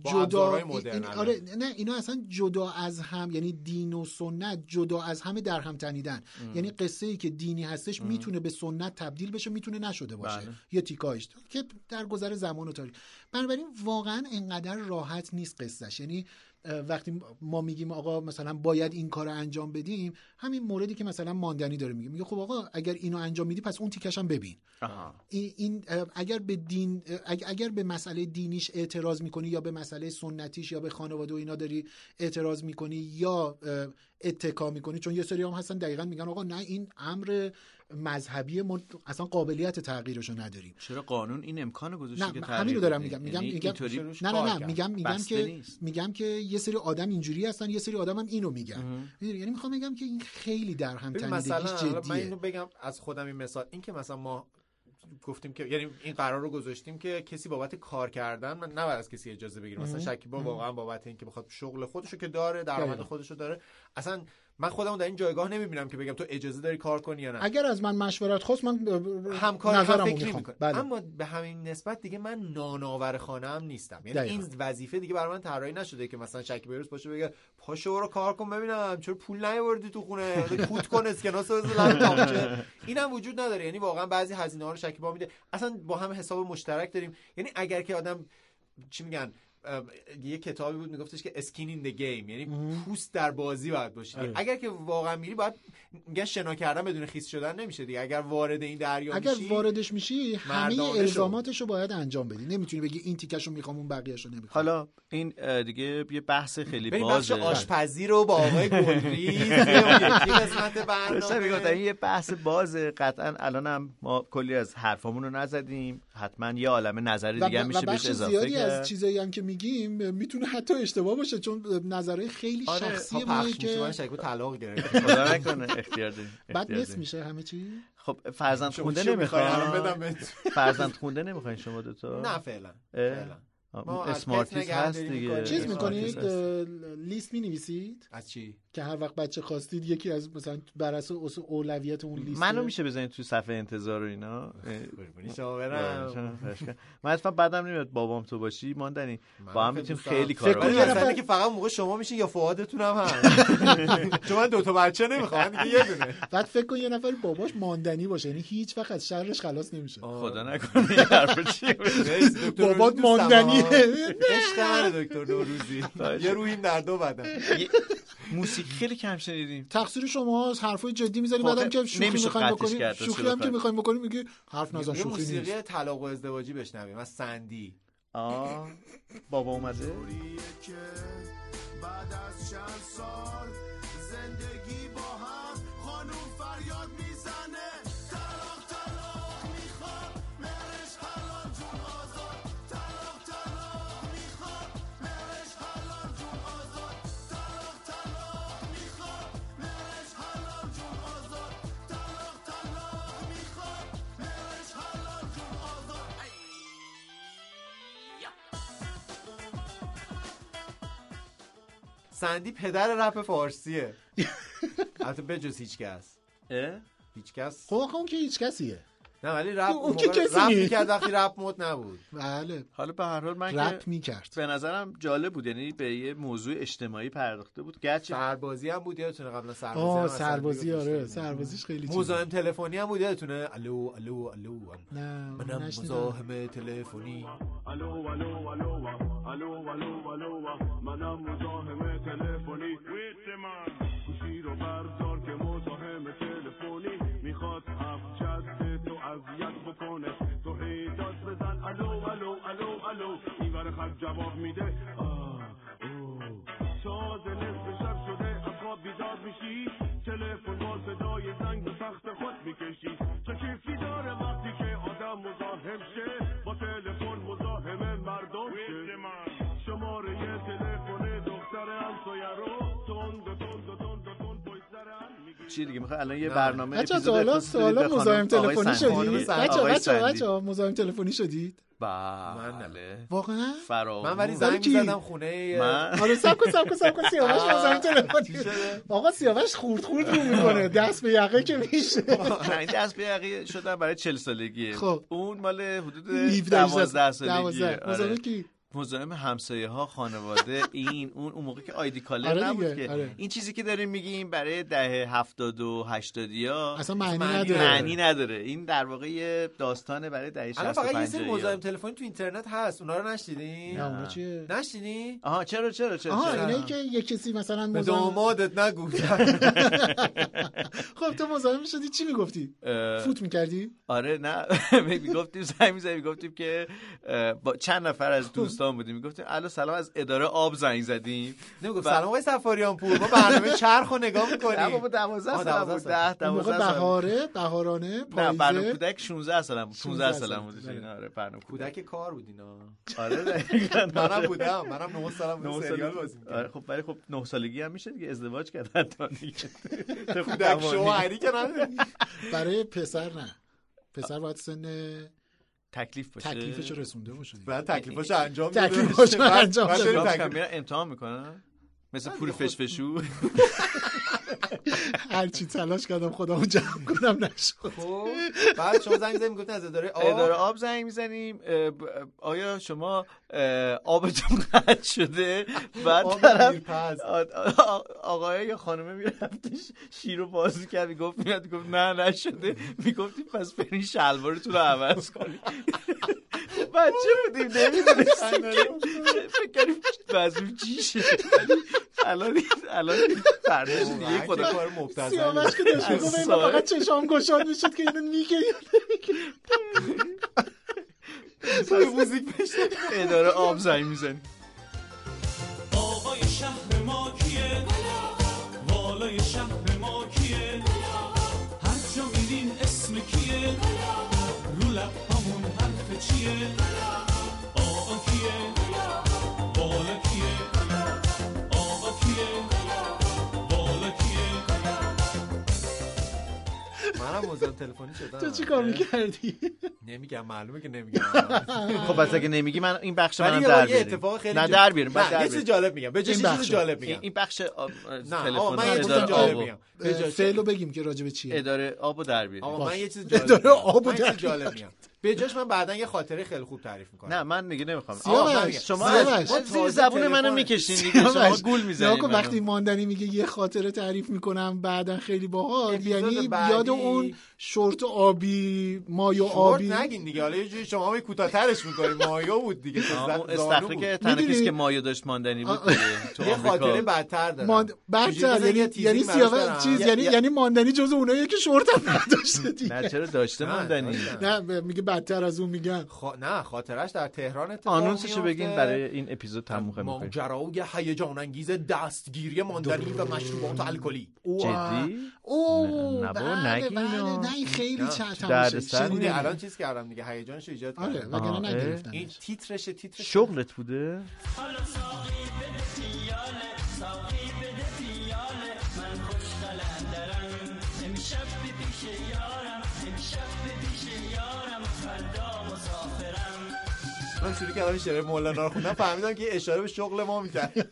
C: جدا
B: ابزارهای مدرن
C: این-
B: الان.
C: آره نه اینا اصلا جدا از هم یعنی دین و سنت جدا از همه در هم تنیدن
B: ام.
C: یعنی قصه ای که دینی هستش
B: ام.
C: میتونه به سنت تبدیل بشه میتونه نشده باشه
B: بله.
C: یه تیکایش که در گذر زمان و تاریخ بنابراین واقعا انقدر راحت نیست قصهش یعنی وقتی ما میگیم آقا مثلا باید این کار رو انجام بدیم همین موردی که مثلا ماندنی داره میگه میگه خب آقا اگر اینو انجام میدی پس اون تیکش هم ببین این این، اگر به دین اگر- اگر به مسئله دینیش اعتراض میکنی یا به مسئله سنتیش یا به خانواده و اینا داری اعتراض میکنی یا اه، اتکا میکنی چون یه سری هم هستن دقیقا میگن آقا نه این امر مذهبی ما اصلا قابلیت تغییرشو نداریم
B: چرا قانون این امکان گذاشته
C: نه
B: که
C: من
B: تغییر
C: همینو دارم
B: بده؟
C: میگم میگم
B: یعنی
C: میگم
B: اینطوری
C: نه نه
B: کار
C: نه
B: کرد.
C: میگم میگم
B: بسته
C: که
B: نیست.
C: میگم که یه سری آدم اینجوری هستن یه سری آدم هم اینو میگن می‌دونی؟ یعنی میخوام بگم که این خیلی در هم
A: ببین
C: تنیدگیش
A: مثلا حالا من
C: جدیه
A: اینو بگم از خودم این مثال این که مثلا ما گفتیم که یعنی این قرار رو گذاشتیم که کسی بابت کار کردن من نباید از کسی اجازه بگیره مثلا
B: مهم.
A: شکیبا
B: مهم.
A: واقعا بابت اینکه بخواد شغل خودشو که داره درآمد
C: دقیقاً.
A: خودشو داره اصلا من خودمو در این جایگاه نمیبینم که بگم تو اجازه داری کار کنی یا نه
C: اگر از من مشورت خواست من
A: همکار هم
C: نظرمو
A: فکری
C: میخوام.
A: می‌کنه.
C: بله.
A: اما به همین نسبت دیگه من ناناور خانه هم نیستم یعنی
C: دقیقاً.
A: این وظیفه دیگه برای من طراحی نشده که مثلا شکی بیروس باشه بگه پاشو برو کار کن ببینم چرا پول نیوردی تو خونه یعنی پوت کن اسکناس رو بذار لب
C: *laughs*
A: تاقچه. اینم وجود نداره یعنی واقعا بعضی هزینه ها رو شکیبا میده اصلا با هم حساب مشترک داریم یعنی اگر که آدم چی میگن ام، یه کتابی بود میگفتش که اسکین این د گیم یعنی پوست در بازی باید باشی
C: آره.
A: اگر که واقعا میری باید میگن شنا کردن بدون خیس شدن نمیشه دیگه اگر وارد این دریا
C: اگر
A: میشی
C: واردش میشی همه
A: مردانه شو.
C: الزاماتشو باید انجام بدی نمیتونی بگی این تیکشو میخوام اون بقیهشو نمیخوام
B: حالا این اه، دیگه یه بحث خیلی
C: بریم
B: بازه
C: بخش آشپزی
A: رو با آقای *laughs* گلریز یه یکی قسمت برنامه.
B: داشتم می‌گفتم این یه بحث بازه قطعا الانم ما کلی از حرفامون رو نزدیم حتما یه عالمه نظر
C: و-
B: خب، دیگه هم
C: و
B: میشه
C: بخش
B: بهش اضافه
C: زیادی
B: کرد
C: از چیزایی هم که میگیم میتونه حتی اشتباه باشه چون نظرهای خیلی
A: آره،
B: خب،
C: شخصی
A: پا
C: ما
A: پخش میشه، من
C: که
A: شکیبا طلاق *laughs* گرفت
B: خدا نکنه اختیار داریم
C: بعد
B: اختیار
C: نصف
B: داریم.
C: میشه همه چی
B: خب فرزند
A: شما
B: خونده
A: چی می‌خواین؟ الان بدم
B: نمیخواین
A: بهتون.
B: فرزند خونده نمیخواین شما دوتا
A: نه، فعلا.
B: اه؟
A: فعلا.
B: آه،
A: ما از
B: اسمارتیس
A: پت
B: هست
A: نگهداری
B: دیگه
A: می‌کنیم.
C: چیز
B: اسمارتیس
C: میکنید
B: هست.
C: لیست می نویسید
A: از چی
C: که هر وقت بچه خواستید یکی از مثلا بر اساس اص- اولویت اون لیست
B: منو میشه بزنید تو صفحه انتظار و اینا اه،
A: شما برم.
B: قربونی شما، خواهش کنم. *laughs* من اتفاقا بعدم نمیاد بابام تو باشی ماندنی با هم میتونیم خیلی کار
A: فکر کنم یه نفر که فقط موقع شما میشه یا فوادتون هم
C: *laughs*
A: هست چون من دو تا بچه نمیخوام دیگه یه دونه
C: بعد فکر کن یه نفر باباش ماندنی باشه یعنی هیچ وقت از شرش خلاص نمیشه
B: خدا نکنه این حرفا چی بود؟
C: بابات ماندنیه
A: عشق منه دکتر نوروزی یه رویم در دو بدن
B: موسیقی خیلی کم شنیدیم
C: تقصیر شما حرفای جدی میزنی
B: واقع
C: بعدم که
B: خب،
C: شوخی
B: نمیشه
C: میخوایم
B: قطعش
C: بکنیم
B: کرد،
C: شوخی
B: رسول
C: هم که
B: خدا.
C: میخوایم بکنیم میگی حرف نزن
A: یه
C: شوخی نیست
A: موسیقی طلاق و ازدواجی بشنویم از سندی
B: آه بابا اومده
O: که بعد از چند سال زندگی با هم خانوم فریاد میزنه طلاق طلاق میخواد مرش حلال جون آزاد طلاق طلاق میخواد مرش حلال جون آزاد طلاق طلاق میخواد مرش حلال جون آزاد طلاق طلاق میخواد مرش حلال جون آزاد
A: سندی پدر رپ فارسیه البته بجز هیچ کس هیچ کس
C: خب آخه اون که هیچ کسیه
A: نه ولی رپ
C: اون که کسی
A: رپ
C: نیست.
A: میکرد وقتی رپ مد نبود
C: بله
B: حالا به هر حال من
A: رپ
B: که
C: میکرد
B: به نظرم جالب بود یعنی به یه موضوع اجتماعی پرداخته بود گرچه
A: سربازی هم بود یادتونه قبلا سربازی هم
C: آه
A: از
C: سربازی
A: سندی گذاشته
C: آره
A: بود.
C: سربازیش خیلی چیزه.
A: مزاحم تلفنی هم بود یادتونه الو الو الو
C: نه
A: منم
C: نشنیدم.
A: مزاحم تلفنی
O: الو الو الو الو الو الو منم مزاحم تلفنی ویت من گوشی رو بردار که مزاحم تلفنی میخواد هفت جست تو اذیت بکنه تو
F: e
O: هی داد بزن الو الو الو الو این ور خط جواب میده
F: Ah,
O: آه
F: oh.
O: اوه ساز نصف شب شده از خواب بیدار میشی تلفن با صدای زنگ به تخت خود میکشی چه کیفی داره وقتی که آدم مزاحم شه با تلفن مزاحم مردم شه شماره تلفن دختر همسایه رو تند و تند و تند و تند پشت سر هم می‌گیری.
B: چی دیگه میخوای الان یه برنامه
C: بچه
B: اپیزود
C: سوالا
B: اختصاص بدید
C: سوالا
B: به خانم آقای
C: مزاحم تلفنی
B: سندی.
C: شدید بچه
B: آقای
C: بچه
B: سندی.
C: بچه مزاحم تلفنی شدید
B: بله
C: واقعا
B: فراموش
A: من ولی
C: ولی
A: زنگ
C: کی؟
A: میزدم خونه
B: من؟
C: آره سب کن سب کن سب کن سیاوش مزاحم تلفنی آقا سیاوش خورد خورد رو میکنه دست به یقه که میشه *laughs*
B: نه، این دست به یقه شدن برای 40 سالگی
C: خب.
B: اون مال حدود
C: 17
B: 12 سالگی آره.
C: دوازده. مزاحم کی؟
B: مزاحم همسایه ها
C: *laughs*
B: خانواده این اون اون موقع که آیدی کالر
C: آره
B: نبود
C: دیگه،
B: که
C: آره.
B: این چیزی که داریم میگیم برای دهه هفتاد و هشتادی ها
C: اصلا معنی نداره.
B: معنی نداره این در واقع یه داستان برای دهه
A: الان
B: شست و
A: فقط یه سری
B: پنجاهی ها.
A: مزاحم تلفنی تو اینترنت هست اونا رو نشدیدین
B: نه، اونا
C: چیه
A: نشدیدین
B: آها چرا چرا چرا
C: آها
B: چرا؟
C: اینایی که یک کسی مثلا
A: به
C: مزاحم
A: دامادت
C: *laughs*
A: نگو
C: خب تو مزاحم شدی چی میگفتی
B: اه،
C: فوت میکردی
B: آره نه *laughs* میگفتیم زنگ میزنیم میگفتیم که اه، با چند نفر از دوستان بودیم میگفتیم الو سلام از اداره آب زنگ زدیم
A: نمیگفت سلام آقای سفاریان پور ما برنامه چرخ رو نگاه میکنیم
B: نه بابا، دوازده سالم بود، ده،
C: اون موقع
B: دوازده سالم.
C: بهاره بهارانه
B: نه برنامه
C: پاییزه
B: کودک 16 سالم بود 15
C: 16
B: سالم
C: سالم
B: بود
C: بود،
B: اینا، آره برنامه کودک
A: کودک کار بود اینا
B: آره دقیقاً،
A: منم
B: آره.
A: بودم منم 9 سالم بود
B: نه
A: سریال
B: سال-
A: بازی
B: آره خب ولی خب نه سالگی هم میشه دیگه ازدواج کردن تا دیگه طبق
A: کودک
B: قوانین.
A: شوهری که نداری.
C: برای پسر نه پسر باید سن
B: تکلیف باشه
C: تکلیفش رسونده باشه دیگه.
A: بعد تکلیفش انجام
C: بده.
A: تکلیفش
C: رو انجام
A: بعد- بعد
C: بده.
A: بریم
B: چیکار
A: تکلیف-
B: می‌کنن؟ میرن امتحان میکنن مثل پول فشفشو
C: هرچی تلاش کردم خودمو جمع کنم نشد
A: خب بعد شما زنگ زدی میگفتین از اداره آب
B: اداره آب زنگ میزنیم آیا شما اه، آبتون قطع شده بعد
A: آب
B: طرف
A: دیرپز.
B: آ- آ- آقای یا خانمه میرفتش شیر رو باز کرد میگفت میاد گفت نه نشده میگفتیم پس برین شلوارتون رو عوض کنیم بچه بودیم نمیدونستیم که چه فکر کردیم وضعیم جیشه ولی الان الان فرداش دیگه
A: واقعاً
B: خدا
A: چه کار مبتذلی.
C: سیاوش که داشت می‌گفت،
B: از
C: من فقط
B: سایه.
C: چشام گشاد میشد که اینو میگه یا نمیگه
A: توی موزیک بشه
B: اداره آب زنگ میزنیم
G: آقای شهر ما کیه والای شهر ما کیه هر جا میرین اسم کیه رو لب همون حرف چیه آقا کیه والا کیه آقا کیه والا کیه
A: منم مزاحم تلفنی شدم
C: تو چی کار میکردی
A: نمیگم معلومه که *laughs* نمیگم
B: خب پس اگه نمیگی من این بخش
A: ولی
B: منم
A: یه-
B: در
A: یه
B: بیاریم
A: اتفاق خیلی
B: نه
A: جا-
B: در بیاریم بعد
A: نه،
B: در
A: یه چیز
B: بیاریم.
A: جالب میگم به جای
C: این
A: چیز
C: بخشه.
A: جالب میگم
B: این بخش آب-
A: نه
B: تلفن
A: آقا، من یه
B: اداره
A: چیز جالب
B: آب و-
A: میگم به جای-
C: فعلو بگیم که راجبه چیه
B: اداره آبو در بیاریم.
A: آقا من
C: باش.
A: یه چیز جالب
C: *laughs* داره
A: میگم.
C: آب و
A: من یه چیز
C: درد
A: جالب
C: میاد.
A: میگم به جاش من بعدا یه خاطره خیلی خوب تعریف میکنم
B: نه من دیگه نمیخوام
C: سیاوش،
B: آقا، من میگم. شما
C: سیاوش.
B: از-
A: ما
B: از زیر
A: تازه
B: زبون
A: تلفن-
B: منو میکشین دیگه شما
C: سیاوش،
B: گول
C: نگاه
B: میزنید
C: کن وقتی ماندنی میگه یه خاطره تعریف میکنم بعدا خیلی باحال
A: اپیزود
C: یعنی
A: بعدی-
C: یاد اون شورت آبی مایو
A: شورت
C: آبی
A: نگین دیگه حالا یه جوری شما می کوتاه‌ترش می‌کنی مایا بود دیگه تا زد-
B: اون
A: زانو
B: استخری
A: بود.
B: که تنفیس
C: می‌دونی؟
B: که مایه داشت ماندنی بود
C: آه.
B: دیگه تو
A: یه خاطره
B: آمریکا
A: بدتر دارم
C: ماند...
A: بذار
C: بدتر
A: یه
C: یعنی
A: تیزی
C: یعنی
A: براش برم.
C: سیاوش چیز
A: یه-
C: یعنی
B: یه-
C: یعنی ماندنی جز اوناییه که شورت هم نداشته
B: نه
C: دیگه
B: چرا داشته
A: نه،
B: ماندنی
A: داشتم.
C: نه ب- میگه بدتر از اون میگن
A: خا- نه خاطرش در تهران اتفاق
B: آنونسشو
A: می‌افته.
B: بگین برای این اپیزود تموم کنیم
A: ماجرای هیجان انگیز دستگیری ماندنی و مشروبات الکلی
B: جدی
C: او
B: نه، نه بابا،
C: بله
B: نگین
C: بله
B: اینو.
C: نه این خیلی
A: نه،
C: چه
B: درد
C: تماشه
B: سر
A: اون
C: شنیدم.
A: الان چیز کردم دیگه هیجانش رو ایجاد
C: آره
A: کردم
C: وگرنه
B: آه، اه.
A: این
C: نگرفتنش
A: تیترش تیترش
B: شغلت بوده
A: من شروع کردم شعر مولانا رو خوندم فهمیدم که اشاره به شغل ما میکرد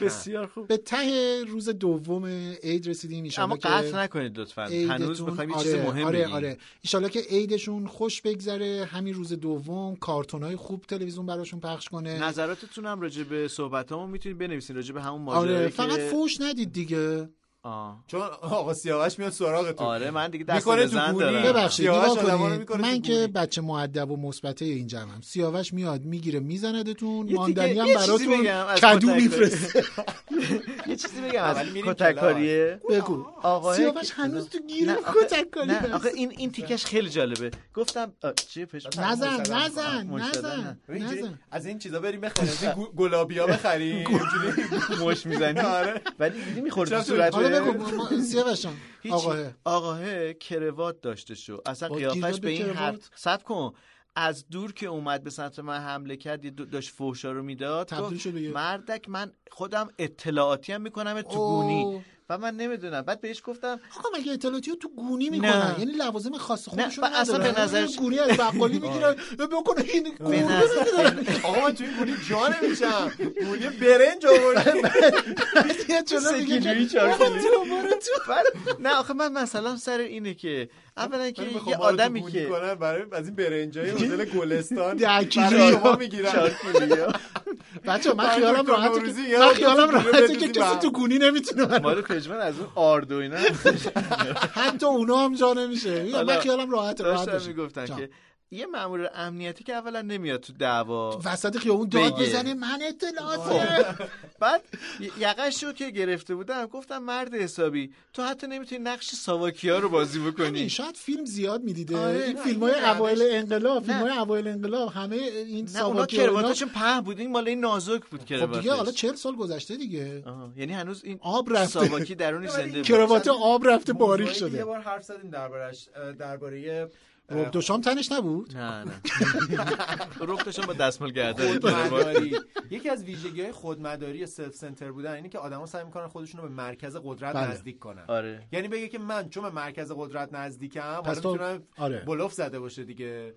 B: بسیار خوب
C: به ته روز دوم عید رسیدیم
B: اما
C: ایشالا که
B: قطع نکنید لطفا هنوز
C: عیدتون
B: میخوایم یه چیز مهم
C: آره
B: بگیم.
C: آره ایشالا که عیدشون خوش بگذره همین روز دوم کارتونای خوب تلویزیون براشون پخش کنه
B: نظراتتون هم راجع به صحبتامون میتونید بنویسین راجع به همون ماجرایی
C: آره
B: که
C: فقط فوش ندید دیگه
B: آه.
A: چون آقا سیاوش میاد سراغتون
B: آره من دیگه دست
A: می‌کنه
B: به
A: تو
B: زن
A: گونی.
B: دارم
C: ببخشید
A: سیاوش
C: نگاه
A: آدما رو
C: کنید.
A: می‌کنه تو
C: من
A: گونی.
C: که بچه معدب و مثبته این جمعم سیاوش میاد میگیره میزندتون
B: یه تیکه-
C: ماندنی هم
B: یه چیزی
C: براتون
B: بگم از
C: کدو
B: کتک-
C: میفرسته
B: *laughs* یه چیزی بگم
A: اولی
B: از
A: میریم
B: کتککاریه
C: بگو
B: آقای
C: سیاوش هنوز تو گیر
B: نه، آخه-
C: کتک کاری
B: نه آخه این این تیکش خیلی جالبه گفتم آه، چیه پش
C: نزن نزن
B: مشت دادن
C: نزن
A: ببین اینجوری
C: نزن
A: از این چیزا بریم بخریم از این گو- *laughs* گلابیا بخریم اینجوری
B: مش میزنی
A: آره.
B: ولی دیدی میخورد تو
A: چرا تو-
B: صورت
C: حالا بگو ما- ما- سیاوش جان،
B: هیچی.
C: آقاه
B: آقاه کروات داشته شو اصلا
C: با
B: قیافش
C: گیراد
B: به این
C: کروات؟
B: حرف سب کن از دور که اومد به سمت من حمله کرد یه دو- داشت فوشا رو میداد
C: تبدیل
B: گفت،
C: شد به یه-
B: مردک من خودم اطلاعاتی هم میکنم تو
C: اوه.
B: گونی و من نمیدونم بعد بهش گفتم
C: آقا مگه اطلاعاتی رو تو گونی میکنن
B: نه.
C: یعنی لوازم خاص خودشون
B: نه،
C: رو
B: و اصلا
C: ندارن
B: به آره. نظرش-
C: یه گونی از بقالی میگیرن بکنه این گونه نمی‌دارن.
A: آقا من توی گونی جا نمیشم گونی برنج *laughs* آوردم
C: یه جلو دیگه
B: سکیلویی
C: که-
B: چهار
C: آقا
B: کیلو.
C: تو *laughs* برو تو.
B: بعد- نه آخه من مثلا سر اینه که اولا که
A: می‌خوام
B: یه
A: ما رو تو
B: آدمی
A: گونی
B: که *laughs*
A: کنن برای از این برنجای هتل *laughs* گلستان
C: ده کیلو.
A: برای شما میگیرن *laughs*
C: بچه من
A: برای
C: خیالم
A: دکتر
C: راحته
A: نوروزی
C: که
A: یه
C: من
A: آدم
C: خیالم
A: تو گروه
C: راحته که
A: بدوزی
C: کسی
A: به.
C: تو گونی نمیتونه من-
B: مال پژمان از اون آرد و اینا
C: *laughs* حتی اونا هم جا نمیشه میگم من
B: حالا
C: خیالم راحته راحت
B: داشتن
C: باشه
B: میگفتن
C: جان.
B: که یه مامور امنیتی که اولا نمیاد تو دعوا
C: وسط خیابون داد
B: بگه.
C: بزنه من اطلاعات دارم.
B: خب. بعد ی- یقش رو که گرفته بودم گفتم مرد حسابی تو حتی نمیتونی نقش ساواکیا رو بازی
C: همین،
B: بکنی
C: شاید فیلم زیاد میدیده
B: آره،
C: این
B: نه،
C: فیلم های
B: این روش-
C: اوایل انقلاب
B: نه.
C: فیلم های اوایل انقلاب همه این
B: نه اونا
C: ساواکی و اینا-
B: کرواتاشون په بود این مال این نازک بود
C: خب
B: کرواتش
C: دیگه حالا چهل سال گذشته دیگه
B: آه، یعنی هنوز این
C: آب رفته.
B: ساواکی درونی زنده بود
C: کروات آب رفته
B: خب،
C: باریک
A: موضوعی که یه
C: شده
A: بار حرف زدیم دربارش اه، درباره
C: رب دو شام تنش نبود
B: نه نه *laughs* رفتشون با دستمال گردن آره.
A: *laughs* خودمداری یکی از ویژگی های خودمداری سلف سنتر بودن اینه که آدما سعی میکنن خودشون رو به مرکز قدرت
C: بله.
A: نزدیک کنن
B: آره
A: یعنی بگه که من چون به مرکز قدرت نزدیکم حالا
C: پس تو-
A: میتونم
C: آره.
A: بلوف زده باشه دیگه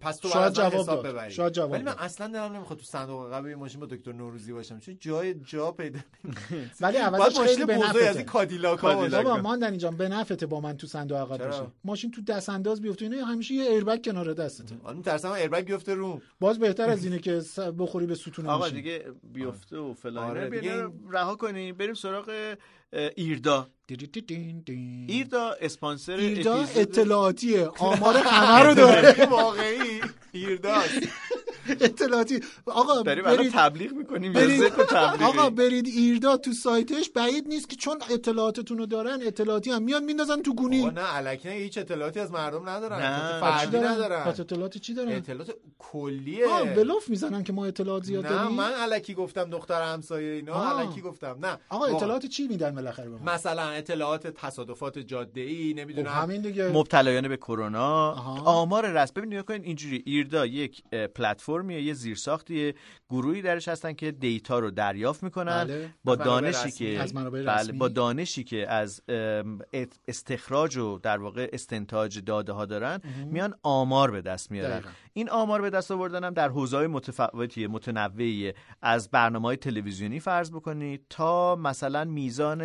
A: پس تو
C: شاید
A: باید
C: جواب
A: حساب
C: داد.
A: ببری
C: شاید جواب
A: ولی من
C: داد.
A: اصلا دلم نمیخواد تو صندوق عقب یه ماشین با دکتر نوروزی باشم چون جای جا پیدا
C: *laughs*
A: نمی‌کنم.
C: ولی
A: باید
C: عوضش خیلی
A: ماشین
C: به
A: بزرگ از این
C: نفعته
A: کادیلاکا باشه.
C: بابا ماندن اینجا به نفعته با من تو صندوق عقب
A: چرا؟
C: باشی ماشین تو دست انداز بیفته اینا همیشه یه ایربگ کنار دستته
A: آن ترسم ایربگ بیفته رو
C: باز بهتر از اینه که س- بخوری به ستون
B: آقا
C: ماشین
B: دیگه بیفته و فلان
A: آره،
B: اینا. بیا
A: دیگه
B: اینا رو رها کنیم بریم سراغ اه، ایردا
C: دی دی دی دین دین.
B: ایردا اسپانسر
C: ایردا
B: اپیزود- *laughs*
C: اطلاعاتیه آمار همه رو
A: *laughs*
C: داره
A: واقعی ایرداد
C: اطلاعاتی آقا
B: داریم الان
C: برید
B: تبلیغ میکنیم یا
C: برید
B: ذکر و تبلیغی
C: آقا برید ایردا تو سایتش بعید نیست که چون اطلاعاتتون رو دارن اطلاعاتی هم میان میندازن تو
A: آقا
C: گونی
A: نه علکی نه هیچ اطلاعاتی از مردم ندارن
B: نه.
A: فردی
C: دارن پس
A: ندارن
C: اطلاعات چی دارن
A: اطلاعات کلیه
C: آه بلوف میزنن که ما اطلاعات زیاد
A: نه
C: داریم
A: من علکی گفتم دختر همسایه اینا
C: آه.
A: علکی گفتم نه
C: آقا
A: واقعا.
C: اطلاعات چی میدن بالاخره به ما
A: مثلا اطلاعات تصادفات جاده ای
C: خب
A: نمیدونم
C: همین دیگه
B: مبتلایان به کرونا
C: آها.
B: آمار رس ببینید نگاه کنید اینجوری ایردا یک اه، پلتفرمیه یه زیرساختیه گروهی درش هستن که دیتا رو دریافت میکنن
C: بله.
B: با
A: از منابع
B: دانشی
A: رسمی.
B: که
C: از منابع
B: بله
C: رسمی.
B: با دانشی که از ام، ات- استخراج و در واقع استنتاج داده ها دارن میان آمار به دست میارن
C: دقیقاً.
B: این آمار به دست آوردن هم در حوزه‌های متفاوتی متنوعی از برنامه های تلویزیونی فرض بکنید تا مثلا میزان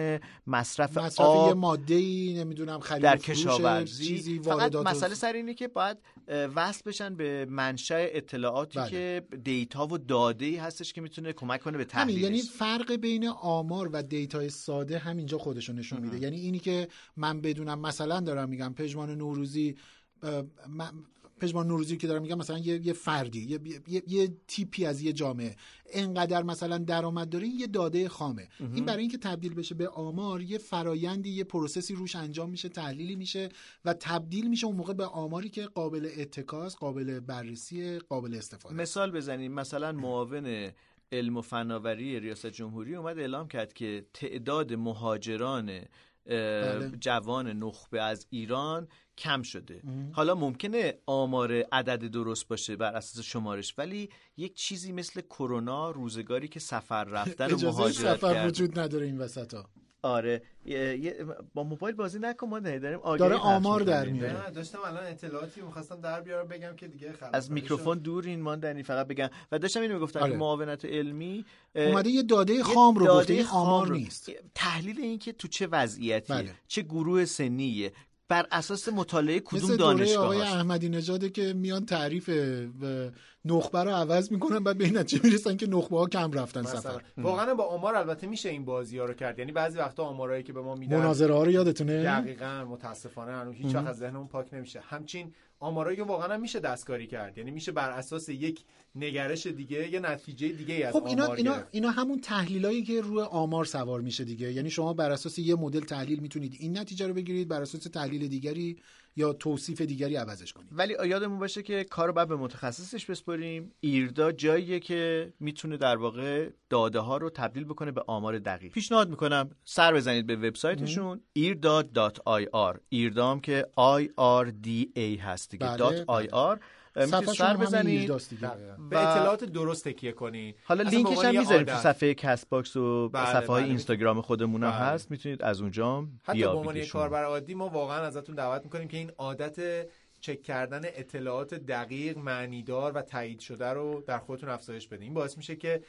B: مصرف,
C: مصرف
B: آب
C: یه ماده ای نمیدونم خرید
B: در
C: و یعنی فروش
B: کشاورزی
C: چیزی
B: فقط
C: واردات و-
B: مسئله سر اینه که باید اه، وصل بشن به منشأ اطلاعاتی
C: بله.
B: که دیتا و داده ای هستش که میتونه کمک کنه به
C: همین
B: تحلیلش
C: یعنی فرق بین آمار و دیتای ساده همینجا خودشو نشون میده یعنی اینی که من بدونم مثلا دارم میگم پژمان نوروزی اه، من- پژمان نوروزی که دارم میگم مثلا یه, یه فردی یه, یه, یه تیپی از یه جامعه انقدر مثلا درآمد داره این یه داده خامه این برای اینکه تبدیل بشه به آمار یه فرایندی یه پروسسی روش انجام میشه تحلیلی میشه و تبدیل میشه اون موقع به آماری که قابل اتکاست قابل بررسی قابل استفاده
B: مثال بزنیم مثلا معاون علم و فناوری ریاست جمهوری اومد اعلام کرد که تعداد مهاجران اه،
C: بله.
B: جوان نخبه از ایران کم شده حالا ممکنه آمار عدد درست باشه بر اساس شمارش ولی یک چیزی مثل کرونا روزگاری که سفر رفتن و
C: اجازه
B: مهاجرت
C: سفر
B: کرد
C: وجود نداره این وسط ها
B: آره یه- یه- با موبایل بازی نکن ما نه، داریم آگهی
C: داره
B: پخش
C: آمار
B: می‌کنیم.
C: در میاره.
A: نه داشتم الان اطلاعاتی میخواستم در بیارم بگم که دیگه خلاص
B: از میکروفون دور این ماندنی فقط بگم و داشتم اینو میگفتم
C: آره.
B: که معاونت علمی اه،
C: اومده یه داده
B: یه
C: خام رو
B: داده
C: گفته این
B: خام
C: آمار
B: رو-
C: نیست
B: تحلیل این که تو چه وضعیتیه
C: بله.
B: چه گروه سنیه بر اساس مطالعه
C: مثل
B: کدوم
C: دوره آقای
B: دانشگاه
C: احمدی نژاده که میان تعریف اه، نخبه رو عوض میکنن بعد به این نتیجه میرسن که نخبه ها کم رفتن
A: مثلا
C: سفر
A: واقعا با آمار البته میشه این بازی ها رو کرد یعنی بعضی وقتا آمارایی که به ما میدن
C: مناظره ها رو یادتونه
A: دقیقا متاسفانه هنوز هیچ وقت از ذهنمون پاک نمیشه همچین آمارایی که واقعا هم میشه دستکاری کرد یعنی میشه بر اساس یک نگرش دیگه یه نتیجه دیگه از
C: خب اینا
A: آمار
C: اینا
A: گرفت.
C: اینا همون تحلیلایی که روی آمار سوار میشه دیگه یعنی شما بر اساس یه مدل تحلیل میتونید این نتیجه رو بگیرید بر اساس تحلیل دیگری یا توصیف دیگری عوضش کنید
B: ولی یادمون باشه که کار رو باید به متخصصش بسپریم ایردا جاییه که میتونه در واقع داده ها رو تبدیل بکنه به آمار دقیق پیشنهاد میکنم سر بزنید به وبسایتشون irda.ir ایردام که IRDA هست دیگه
C: بله،
B: .ir میتونید
C: صفحه‌شون
B: سر
C: همین
B: بزنید
C: ایلداست دیگه.
B: و-
A: به اطلاعات درست تکیه کنی
B: حالا
A: اصلا
B: لینکش
A: به عنوان
B: هم
A: یه
B: میذاریم تو
A: عادت.
B: صفحه کست باکس و
A: بله،
B: صفحه های
A: بله.
B: اینستاگرام خودمون هم هست میتونید از اونجا هم
A: حتی به عنوان یه
B: بیابیدشون
A: کاربر عادی ما واقعا ازتون دعوت میکنیم که این عادت چک کردن اطلاعات دقیق معنیدار و تایید شده رو در خودتون افزایش بدین این باعث میشه که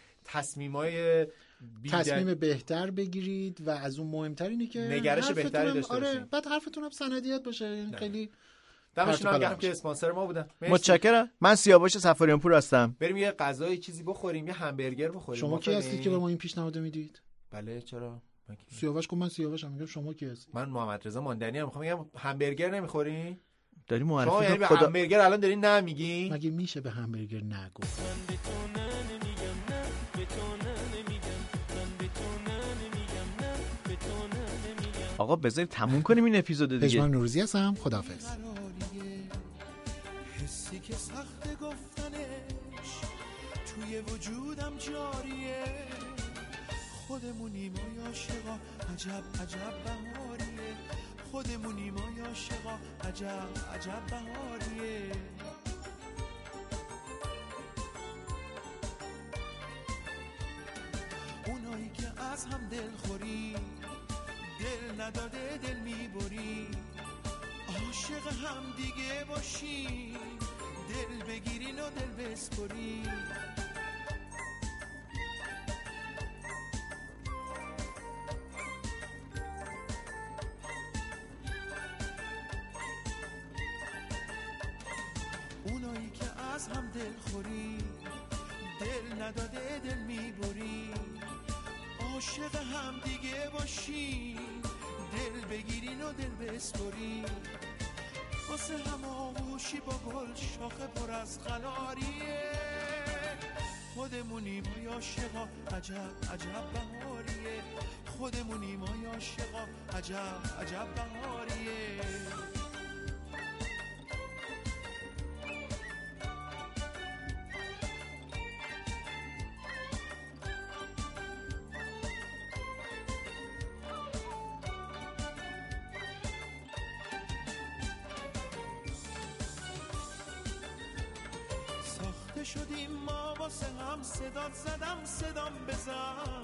A: تصمیمای بی
C: تصمیم بهتر بگیرید و از اون مهمتر اینه که
A: نگرش
C: حرفتون
A: بهتری
C: هم-
A: داشته
C: آره
A: باشین.
C: بعد حرفتون هم سندیت باشه یعنی خیلی
A: دمشون هم
C: پرت و
A: گرم
C: پلا
A: که اسپانسر ما بودن مرسی.
B: متشکرم من سیاوش سفاریان پور هستم
A: بریم یه غذای چیزی بخوریم یه همبرگر بخوریم
C: شما کی هستید که به ما این پیشنهاد میدید
A: بله چرا من کی-
C: سیاوش گفت من سیاوش هم میگم شما کی هستید
A: من محمد رضا ماندنی هم میخوام بگم همبرگر نمیخورین
B: داری
A: شما یعنی
B: معرفی
A: به
B: خدا
A: همبرگر الان دارین نمیگین
C: مگه میشه به همبرگر نگو
B: آقا بذارید تموم کنیم این اپیزود دیگه
C: پژمان نوروزی هستم خداحافظ
J: حسی که سخت گفتنش توی وجودم جاریه خودمونیم آیا عاشقا عجب عجب بهاریه خودمونیم آیا عاشقا عجب عجب بهاریه اونایی که از هم دل خوری دل نداده دل میبری عاشق هم دیگه باشیم دل بگیرین و دل بسپرین اونایی که از هم دل خوری دل نداده دل میبری عاشق هم دیگه باشیم دل بگیرین و دل بسپرین واسه هم آغوشی با گل شاخه پر از قلاریه خودمونیم آیا عاشقا عجب عجب بهاریه خودمونیم آیا عاشقا عجب عجب بهاریه ساخته شدیم ما واسه هم صدا زدم صدام بزن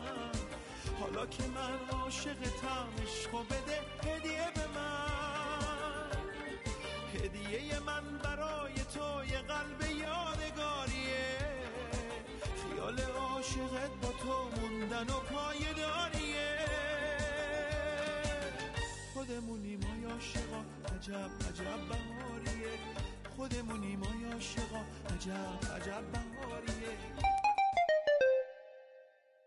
J: حالا که من عاشقتم عشقو بده هدیه به من هدیه من برای تو یه قلب یادگاریه خیال عاشقت با تو موندن و پایداریه خودمونیم آیا عاشقا عجب عجب بهاریه خودمونیم آیا عاشقا عجب عجب بهاریه